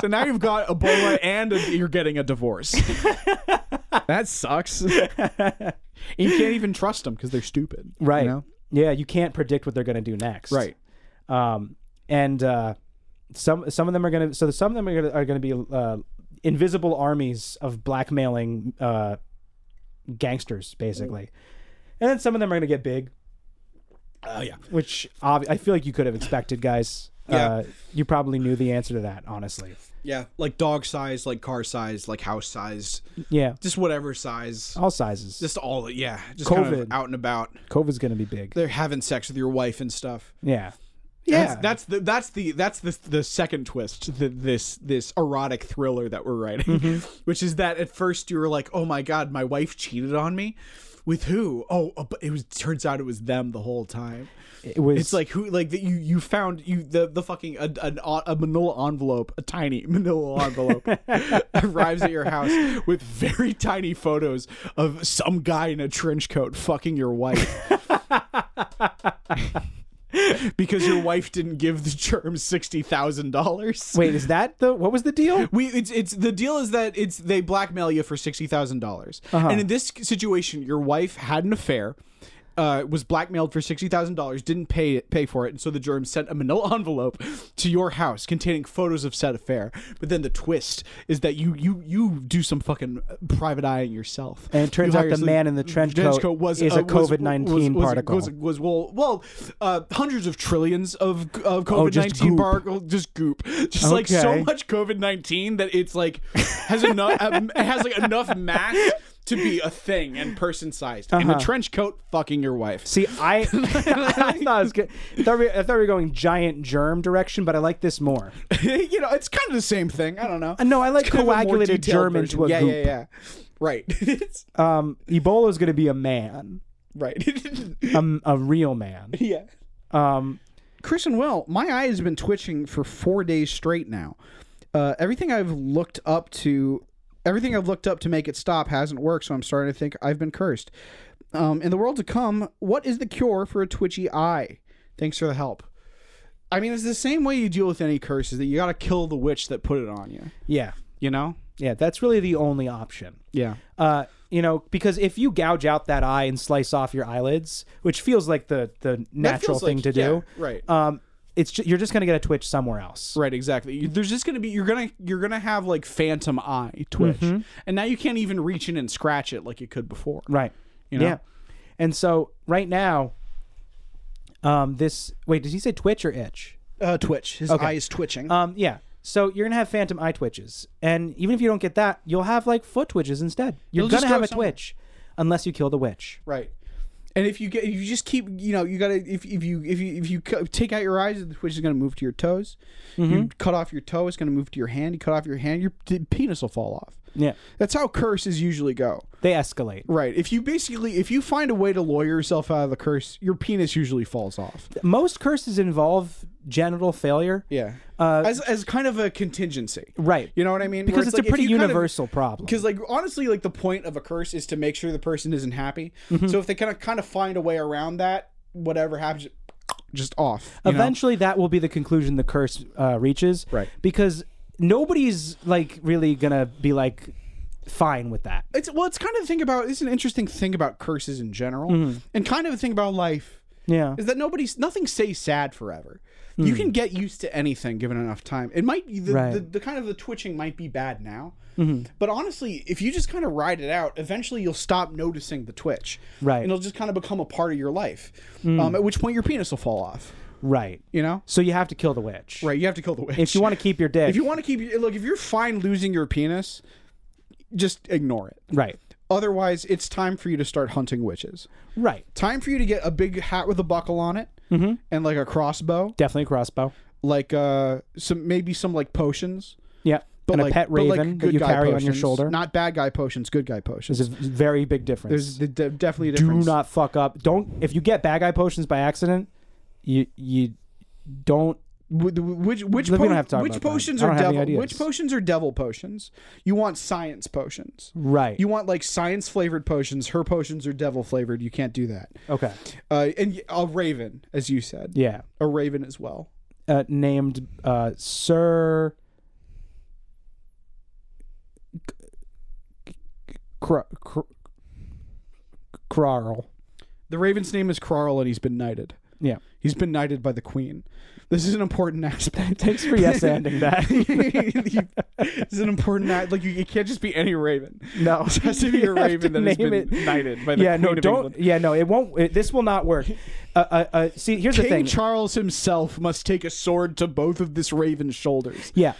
S2: so now you've got Ebola and a, you're getting a divorce. that sucks. And you can't even trust them because they're stupid. you
S1: Right.
S2: know?
S1: Yeah, you can't predict what they're gonna do next.
S2: Right.
S1: Um, and uh, some some of them are gonna so some of them are gonna are gonna be uh, invisible armies of blackmailing uh, gangsters basically, and then some of them are gonna get big.
S2: Oh yeah.
S1: which ob- I feel like you could have expected, guys. Uh, you probably knew the answer to that, honestly.
S2: Yeah, like dog size, like car size, like house size,
S1: Yeah,
S2: just whatever size.
S1: all sizes.
S2: Just all, yeah, just kind of
S1: Oh. COVID.
S2: out and about.
S1: COVID's gonna be big.
S2: They're having sex with your wife and stuff.
S1: Yeah,
S2: Yeah, that's, that's the that's the that's the the second twist. The, this this erotic thriller that we're writing, which is that at first you were like, oh my god, my wife cheated on me. With who? Oh, uh, but it was. Turns out it was them the whole time.
S1: it was.
S2: It's like who? Like that you you found you the the fucking a, an a Manila envelope, a tiny Manila envelope arrives at your house with very tiny photos of some guy in a trench coat fucking your wife. because your wife didn't give the germ sixty thousand dollars.
S1: wait, is that the what was the deal?
S2: We it's it's the deal is that it's they
S1: Uh-huh.
S2: blackmail you for sixty dollars, and in this situation, your wife had an affair, uh, was blackmailed for sixty thousand dollars, didn't pay it, pay for it, and so the Germs sent a Manila envelope to your house containing photos of said affair. But then the twist is that you you you do some fucking private eyeing yourself,
S1: And it turns
S2: You
S1: out
S2: hire
S1: the
S2: some-
S1: man in the trench coat is a
S2: was-
S1: COVID-19
S2: was- was-
S1: particle.
S2: Was, was, well, well, uh, hundreds of trillions of of COVID
S1: Oh, just
S2: nineteen
S1: goop.
S2: particles, just goop, just like so
S1: Okay.
S2: much COVID nineteen that it's like has enough um, it has like enough mass to be a thing and person sized. And
S1: Uh-huh.
S2: the trench coat fucking your wife.
S1: See, I, I thought it was good. I thought, we, I thought we were going giant germ direction, but I like this more.
S2: you know, it's kind of the same thing. I don't know.
S1: Uh, No, I like
S2: Kind of a more
S1: coagulated
S2: detailed
S1: germ
S2: version.
S1: into a
S2: yeah,
S1: goop.
S2: yeah, yeah. Right. It's-
S1: Um, Ebola is going to be a man,
S2: right.
S1: um, a real man.
S2: yeah.
S1: Um,
S4: Chris and Will, my eye has been twitching for four days straight now. Uh, everything I've looked up to, everything I've looked up to make it stop hasn't worked, so I'm starting to think I've been cursed. Um, in the world to come, what is the cure for a twitchy eye? Thanks for the help.
S2: I mean, it's the same way you deal with any curse is that you got to kill the witch that put it on you.
S1: yeah,
S2: You know?
S1: yeah, that's really the only option.
S2: Yeah.
S1: Uh, you know, because if you gouge out that eye and slice off your eyelids, which feels like the the natural
S2: feels like-
S1: thing to do,
S2: yeah, right.
S1: Um, it's ju- you're just going to get a twitch somewhere else.
S2: Right, exactly. You, there's just gonna be you're gonna you're gonna have like phantom eye twitch, and now you can't even reach in and scratch it like you could before.
S1: Right.
S2: You know?
S1: Yeah. And so right now, um, this wait, did he say twitch or itch?
S4: Uh, twitch. His eye is twitching.
S1: Um, yeah. So you're gonna have phantom eye twitches, and even if you don't get that, you'll have like foot twitches instead. You're
S2: It'll just
S1: gonna
S2: go
S1: have a
S2: somewhere.
S1: twitch, unless you kill the witch.
S2: Right.
S4: and if you get, you just keep, you know, you gotta. If, if you if you if you cu- take out your eyes, the twitch is gonna move to your toes. You cut off your toe, it's gonna move to your hand. You cut off your hand, your t- penis will fall off.
S1: Yeah,
S4: That's how curses usually go.
S1: they escalate.
S2: Right. If you basically if you find a way to lawyer yourself out of the curse, your penis usually falls off.
S1: Most curses involve genital failure.
S2: Yeah.
S1: Uh,
S2: as as kind of a contingency.
S1: Right.
S2: You know what I mean?
S1: Because it's, a pretty universal problem.
S2: because like honestly like the point of a curse is to make sure the person isn't happy.
S1: Mm-hmm.
S2: So if they kind of kind of find a way around that, whatever happens just off. you know?
S1: Eventually, that will be the conclusion the curse uh, reaches.
S2: Right.
S1: Because nobody's like really gonna be like fine with that.
S2: It's well it's kind of the thing about it's an interesting thing about curses in general
S1: Mm-hmm.
S2: and kind of a thing about life.
S1: Yeah.
S2: is that nobody's nothing stays sad forever. You can get used to anything given enough time. It might the,
S1: Hmm. Right. Mm-hmm.
S2: the, the kind of the twitching might be bad now, but honestly, if you just kind of ride it out, eventually you'll stop noticing the twitch,
S1: Right. Hmm.
S2: And it'll just kind of become a part of your life. Um, at which point your penis will fall off.
S1: Right.
S2: You know,
S1: So you have to kill the witch.
S2: right? You have to kill the witch
S1: If you want to keep your dick.
S2: If you want to keep your- look, if you're fine losing your penis, just ignore it.
S1: Right.
S2: Otherwise, it's time for you to start hunting witches.
S1: Right.
S2: Time for you to get a big hat with a buckle on it
S1: Mm-hmm.
S2: and like a crossbow.
S1: Definitely a crossbow.
S2: like uh some maybe some like potions
S1: Yeah.
S2: but
S1: and
S2: like
S1: a pet
S2: but, like,
S1: raven that
S2: good
S1: you
S2: guy
S1: carry on your
S2: potions.
S1: shoulder.
S2: not bad guy potions good guy
S1: There's
S2: potions
S1: a very big difference.
S2: there's the, de- definitely a
S1: Do
S2: difference
S1: not fuck up. Don't if you get bad eye potions by accident, you you don't
S2: Wh- which which
S1: We don't
S2: po-
S1: have to talk
S2: which
S1: about that.
S2: potions
S1: I
S2: are
S1: don't have any
S2: devil
S1: ideas.
S2: which potions are devil potions you want science potions
S1: right.
S2: you want like science flavored potions her potions are devil flavored you can't do that
S1: okay.
S2: uh and y- a raven as you said
S1: Yeah.
S2: a raven as well
S1: Uh, named uh, Sir Cr- Cr- Crarl.
S2: the raven's name is Krarl and he's been knighted
S1: Yeah.
S2: he's been knighted by the queen this is an important aspect
S1: Thanks for yes ending that.
S2: it's an important act. Like you, it can't just be any raven.
S1: No,
S2: it has to be a
S1: You have
S2: raven
S1: to
S2: that has
S1: name
S2: been
S1: it-
S2: knighted by the
S1: yeah,
S2: Queen
S1: no,
S2: of
S1: don't.
S2: England.
S1: Yeah, no, it won't. It, this will not work. Uh, uh, uh, see, here's the
S2: King
S1: thing.
S2: Charles himself must take a sword to both of this raven's shoulders.
S1: yeah,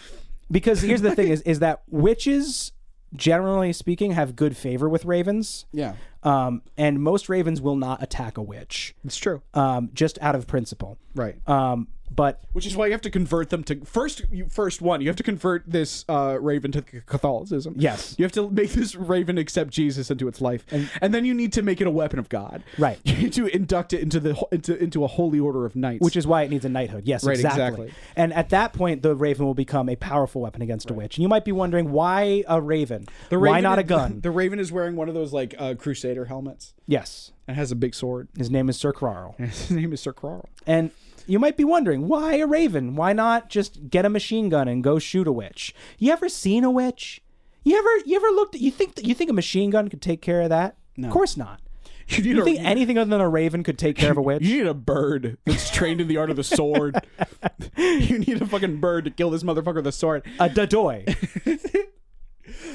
S1: because here's the thing: is is that witches, generally speaking, have good favor with ravens.
S2: Yeah,
S1: Um, and most ravens will not attack a witch,
S2: it's true.
S1: um, just out of principle.
S2: Right.
S1: Um, but
S2: Which is why you have to convert them to first. You, first one, you have to convert this uh, raven to Catholicism.
S1: Yes.
S2: you have to make this raven accept Jesus into its life, and, then you need to make it a weapon of God.
S1: Right.
S2: You need to induct it into the ho- into into a holy order of knights.
S1: which is why it needs a knighthood. Yes,
S2: Right,
S1: exactly.
S2: exactly.
S1: And at that point, the raven will become a powerful weapon against a witch. And you might be wondering why a raven?
S2: The
S1: why
S2: raven
S1: not a
S2: is-
S1: gun?
S2: The raven is wearing one of those like uh, crusader helmets
S1: yes,
S2: and has a big sword.
S1: his name is Sir Crarl.
S2: His name is Sir Carl.
S1: And you might be wondering, why a raven? Why not just get a machine gun and go shoot a witch? You ever seen a witch? You ever you ever looked you think you think a machine gun could take care of that? No. Of course not.
S2: You need
S1: You
S2: a,
S1: think anything other than a raven could take care of a witch?
S2: You need a bird that's trained in the art of the sword. you need a fucking bird to kill this motherfucker with a sword.
S1: a dadoy.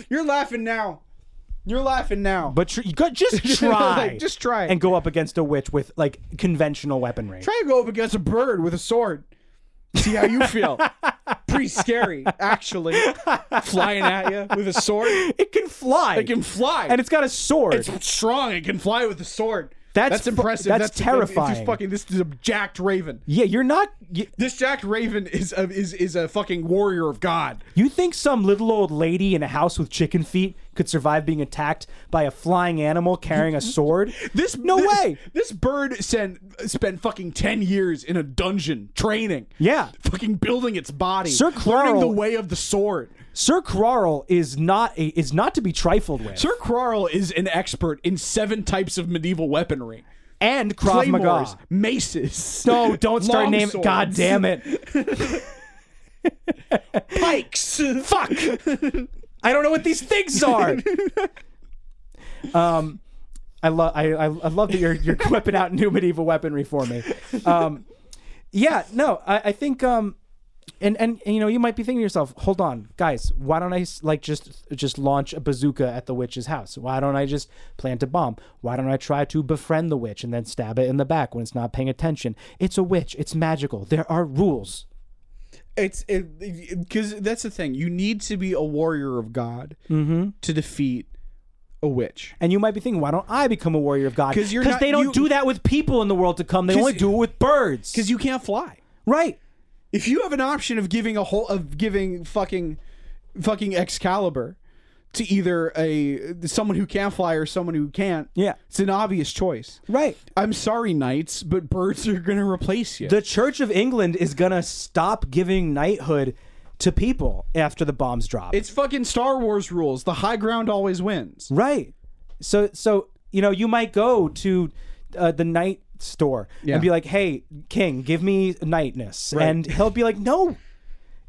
S5: You're laughing now. You're laughing now.
S1: But tr- you got- just try.
S5: Like, just try.
S1: And go up against a witch with like conventional weaponry.
S5: Try to go up against a bird with a sword. See how you feel. Pretty scary, actually.
S2: Flying at you with a sword.
S1: It can fly.
S2: It can fly.
S1: And it's got a sword.
S2: it's strong. It can fly with a sword.
S1: That's
S2: that's
S1: fu-
S2: impressive.
S1: that's
S2: the thing. It's just
S1: terrifying.
S2: fucking this is a jacked raven.
S1: yeah, you're not. You,
S2: This jacked raven is a, is is a fucking warrior of God.
S1: you think some little old lady in a house with chicken feet could survive being attacked by a flying animal carrying a sword?
S2: This
S1: no
S2: this-
S1: way.
S2: This bird sent, spent fucking ten years in a dungeon training.
S1: Yeah.
S2: fucking building its body,
S1: Sir
S2: learning the
S1: Quarrel-
S2: way of the sword.
S1: Sir Quarrel is not a, is not to be trifled with.
S2: Sir Quarrel is an expert in seven types of medieval weaponry:
S1: and Krav
S2: claymores,
S1: Maga.
S2: maces,
S1: No, don't start
S2: long
S1: naming.
S2: swords,
S1: God damn it!
S2: pikes.
S1: Fuck! I don't know what these things are. um, I love I, I I love that you're you're whipping out new medieval weaponry for me. Um, yeah, no, I, I think um, and, and and, you know you might be thinking to yourself, hold on, guys, why don't I s- like just just launch a bazooka at the witch's house? Why don't I just plant a bomb? Why don't I try to befriend the witch and then stab it in the back when it's not paying attention? It's a witch. It's magical. There are rules.
S2: It's because that's the thing. You need to be a warrior of God to defeat a witch.
S1: And you might be thinking, why don't I become a warrior of God?
S2: 'Cause you're not-
S1: they don't
S2: you-
S1: do that with people in the world to come. They only do it with birds.
S2: Because you can't fly.
S1: right.
S2: If you have an option of giving a whole of giving fucking fucking Excalibur to either a someone who can fly or someone who can't,
S1: Yeah.
S2: it's an obvious choice.
S1: Right.
S2: I'm sorry, knights, but birds are gonna replace you.
S1: The Church of England is gonna stop giving knighthood to people after the bombs drop.
S2: it's fucking Star Wars rules. The high ground always wins.
S1: right. So so you know you might go to uh, the knight store and be like, hey, king, give me knightness, and he'll be like, no.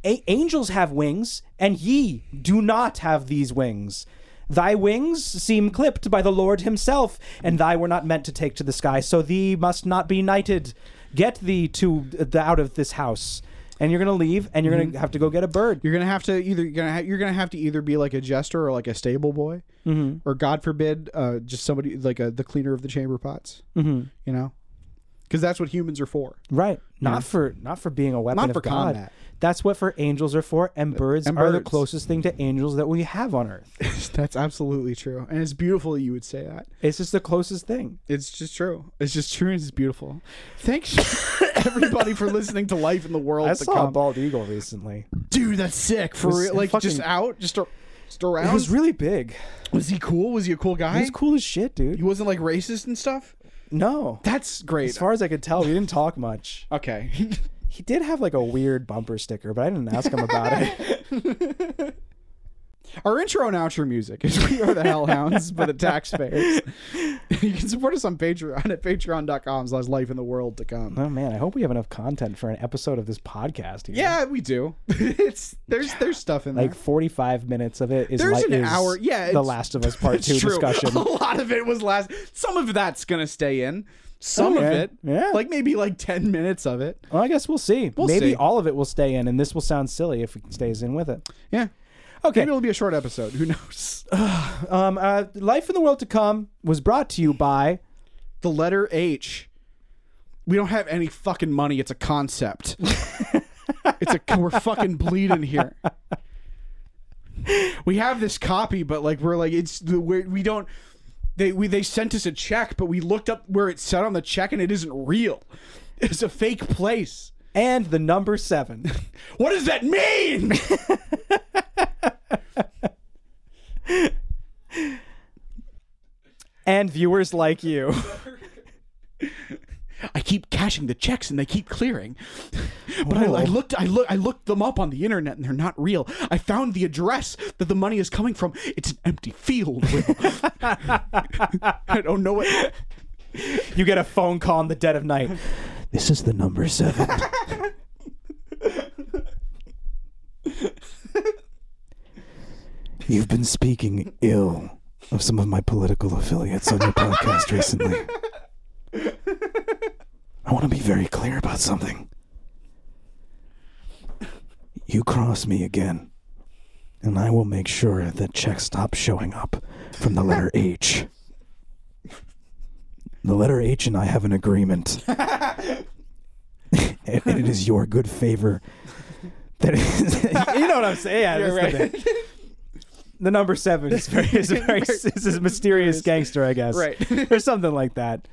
S1: A- angels have wings, and ye do not have these wings. Thy wings seem clipped by the Lord Himself, and thy were not meant to take to the sky, so thee must not be knighted. Get thee to uh, the, out of this house, and you're gonna leave, and you're gonna have to go get a bird.
S2: You're gonna have to either you're gonna ha- you're gonna have to either be like a jester or like a stable boy, mm-hmm. or God forbid, uh, just somebody like a, the cleaner of the chamber pots. Mm-hmm. You know, because that's what humans are for.
S1: Right? Not for not for being a weapon.
S2: Not
S1: of
S2: for
S1: God.
S2: combat.
S1: That's what for angels are for, and birds
S2: And
S1: are the
S2: birds.
S1: closest thing to angels that we have on Earth.
S2: That's absolutely true, and it's beautiful that you would say that.
S1: It's just the closest thing.
S2: It's just true. It's just true, and it's beautiful. Thanks everybody for listening to Life in the World.
S1: I
S2: to
S1: saw a
S2: come.
S1: bald eagle recently.
S2: dude. That's sick for
S1: was
S2: real. Like just
S1: fucking-
S2: out, just, ar- just around.
S1: It was really big.
S2: Was he cool? Was he a cool guy?
S1: He's cool as shit,
S2: He
S1: dude.
S2: wasn't like racist and stuff.
S1: No.
S2: That's great.
S1: As far as I could tell, we didn't talk much.
S2: okay.
S1: He did have like a weird bumper sticker, but I didn't ask him about it.
S2: Our intro and outro music is We Are the Hellhounds by the Taxpayers. you can support us on Patreon at patreon.com slash life in the world to come.
S1: Oh man, I hope we have enough content for an episode of this podcast. Here.
S2: Yeah, we do. it's there's there's stuff in there.
S1: Like 45 minutes of it is
S2: There's
S1: like
S2: an
S1: is
S2: hour- yeah,
S1: The
S2: it's-
S1: Last of Us Part
S2: It's
S1: 2
S2: true. Oh,
S1: discussion.
S2: A lot of it was last. Some of that's gonna stay in. Some of
S1: Oh, yeah.
S2: it,
S1: Yeah.
S2: like maybe like ten minutes of it.
S1: Well, I guess we'll see. Maybe
S2: see.
S1: all of it will stay in and this will sound silly if it stays in with it.
S2: Yeah,
S1: Okay.
S2: maybe it'll be a short episode. Who knows?
S1: Um uh, Life in the World to Come was brought to you by
S2: the letter H. We don't have any fucking money. It's a concept. it's a we're fucking bleeding here. We have this copy, but like we're like it's the we we don't. They we they sent us a check, but we looked up where it said on the check, and it isn't real. It's a fake place.
S1: and the number 7.
S2: What does that mean?
S1: and viewers like you.
S2: I keep cashing the checks and they keep clearing. But I,
S1: Oh.
S2: I looked, I look, I looked them up on the internet and they're not real. I found the address that the money is coming from. It's an empty field. Will. I don't know what.
S1: You get a phone call in the dead of night. This is the number seven. You've been speaking ill of some of my political affiliates on your podcast recently. I want to be very clear about something. You cross me again, and I will make sure that checks stop showing up from the letter H. The letter H and I have an agreement. and it is your good favor that is, you know what I'm saying? Yeah, that's the thing. The number seven is very, is very is a mysterious gangster, I guess,
S6: Right.
S1: or something like that.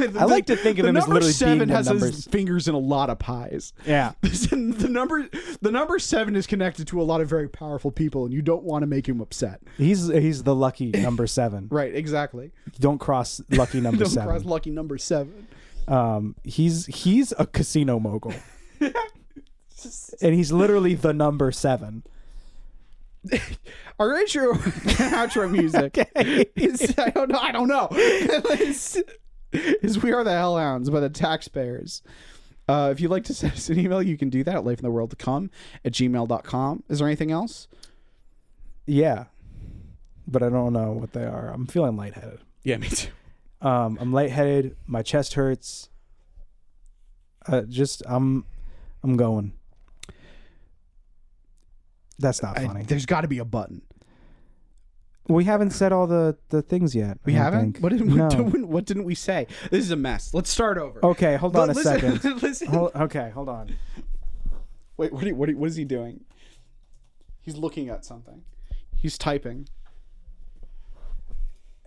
S1: I like to think of
S6: the
S1: him as
S6: number
S1: literally
S6: seven
S1: being the
S6: has his
S1: numbers.
S6: fingers in a lot of pies.
S1: Yeah,
S6: the number the number seven is connected to a lot of very powerful people, and you don't want to make him upset.
S1: he's he's the lucky number seven.
S6: Right, exactly.
S1: Don't cross lucky number
S6: Don't
S1: seven.
S6: cross lucky number seven.
S1: um, he's he's a casino mogul, and he's literally the number seven.
S6: Our intro outro music. is, I don't know. I don't know. is,
S2: is We Are the Hellhounds by the Taxpayers. Uh, if you'd like to send us an email, you can do that at lifeintheworldtocome at gmail.com. Is there anything else?
S1: Yeah, but I don't know what they are. I'm feeling lightheaded.
S6: yeah, me too.
S1: Um, I'm lightheaded. My chest hurts. Uh, just I'm, I'm going. That's not
S2: I-
S1: funny.
S2: there's got to be a button.
S1: we haven't said all the the things yet.
S2: We haven't? What, did, we
S1: No.
S2: do? what didn't we say? This is a mess. Let's start over.
S1: Okay, hold on a
S2: Listen-
S1: second.
S2: listen.
S1: Hol- okay, hold on.
S2: Wait, what, are you- what, are you- what is he doing? He's looking at something. He's typing.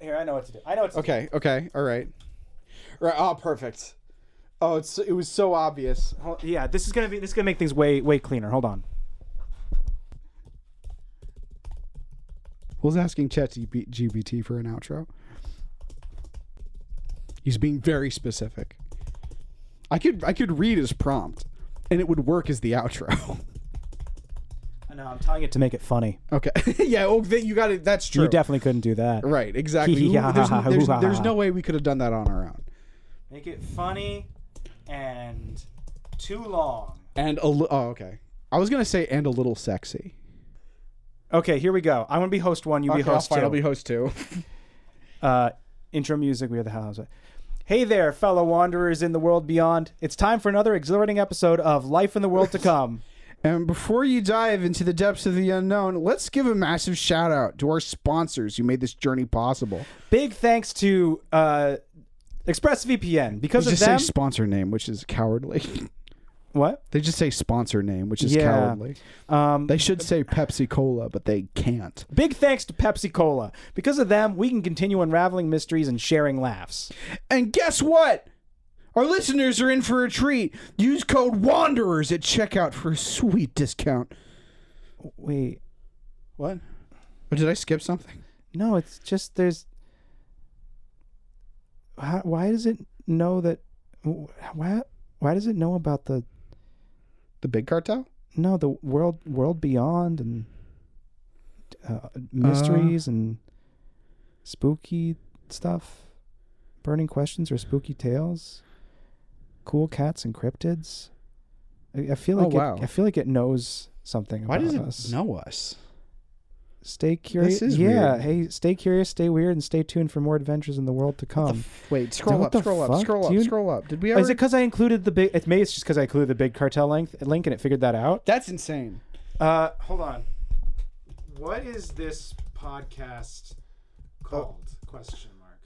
S1: Here, I know what to do. I know what to
S2: Okay, okay, all right. Right, oh, perfect. Oh, it's it was so obvious.
S1: do. Oh, Yeah, this is gonna be this is gonna make things way way cleaner. Hold on.
S2: Who's asking ChatGPT for an outro?
S6: He's being very specific. I could I could read his prompt, and it would work as the outro.
S1: I know I'm tying it to make it funny.
S6: okay. yeah. Oh, then you got it. That's true.
S1: You definitely couldn't do that.
S6: right. Exactly.
S1: Hee hee ha
S6: Ooh, there's,
S1: ha ha,
S6: there's-
S1: hoo ha
S6: there's
S1: ha.
S6: no way we could have done that on our own.
S1: Make it funny and too long.
S6: And a li- oh, okay. I was gonna say and a little sexy.
S1: Okay, here we go. I'm gonna be host one. You be
S6: Okay,
S1: host
S6: I'll,
S1: two.
S6: fine, I'll be host two.
S1: uh, intro music. We are the house. Hey there, fellow wanderers in the world beyond. It's time for another exhilarating episode of Life in the World to Come.
S2: And before you dive into the depths of the unknown, let's give a massive shout out to our sponsors who made this journey possible.
S1: Big thanks to uh, ExpressVPN because
S2: They
S1: of
S2: just
S1: them.
S2: say sponsor name, which is cowardly.
S1: what?
S2: they just say sponsor name, which is
S1: Yeah.
S2: cowardly.
S1: Um,
S2: They should say Pepsi Cola, but they can't.
S1: big thanks to Pepsi Cola because of them. We can continue unraveling mysteries and sharing laughs.
S2: And guess what? Our listeners are in for a treat. Use code WANDERERS at checkout for a sweet discount.
S1: Wait,
S2: What? Or Oh, did I skip something?
S1: no, it's just there's. How, why does it know that? Why? Why does it know about the
S2: The big cartel?
S1: no the world world beyond and uh, mysteries and spooky stuff burning questions or spooky tales cool cats and cryptids i, I feel
S2: Oh,
S1: like
S2: wow.
S1: it, i feel like it knows something
S2: Why
S1: about
S2: does it
S1: us
S2: know us?
S1: stay curious
S2: is
S1: yeah
S2: weird.
S1: hey stay curious stay weird and stay tuned for more adventures in the world to come
S2: Wait, scroll
S1: What
S2: up,
S1: the
S2: scroll up,
S1: fuck,
S2: scroll up,
S1: dude?
S2: scroll up. Did we
S1: is
S2: ever?
S1: it because i included the big it may it's just because i included the big cartel link, link and it figured that out
S2: That's insane.
S1: Uh, hold on. What is this podcast called? Question mark.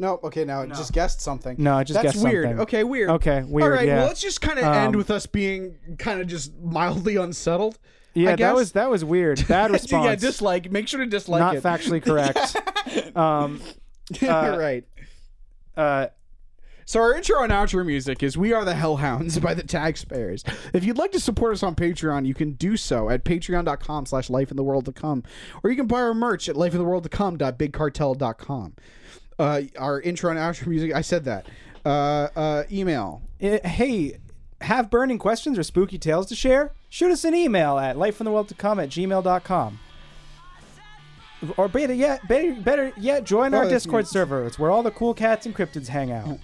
S2: No, okay, now it just guessed something.
S1: No, I just
S2: That's
S1: guessed
S2: weird.
S1: something.
S2: Okay, weird.
S1: Okay, weird.
S2: All right,
S1: yeah,
S2: well, let's just kind of end
S1: Um,
S2: with us being kind of just mildly unsettled.
S1: yeah.
S2: I
S1: That
S2: guess.
S1: was that was weird. Bad response.
S2: yeah, dislike. Make sure to dislike
S1: Not
S2: it.
S1: factually correct. um,
S2: All right.
S1: uh,
S2: So our intro and outro music is "We Are the Hellhounds" by the Taxpayers. If you'd like to support us on Patreon, you can do so at patreon.com slash life in the world to come, or you can buy our merch at lifeintheworldtocome.bigcartel.com. Uh, our intro and outro music. I said that. Uh, uh, email.
S1: i- eh, hey, have burning questions or spooky tales to share? Shoot us an email at lifefromtheworldtocome at gmail.com. Or better yet, better, better yet, join our
S2: that's
S1: Discord server. It's where all the cool cats and cryptids hang out.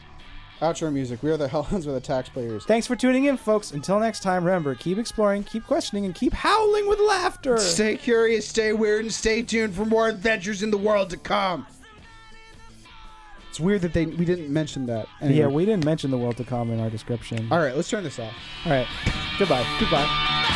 S2: Outro music. We are the Hellhounds with the taxpayers.
S1: Thanks for tuning in, folks. Until next time, remember, keep exploring, keep questioning, and keep howling with laughter.
S2: Stay curious, stay weird, and stay tuned for more adventures in the world to come. It's weird that they we didn't mention that. Anyway.
S1: Yeah, we didn't mention the world to come in our description.
S2: All right, let's turn this off.
S1: All right. Goodbye. Goodbye.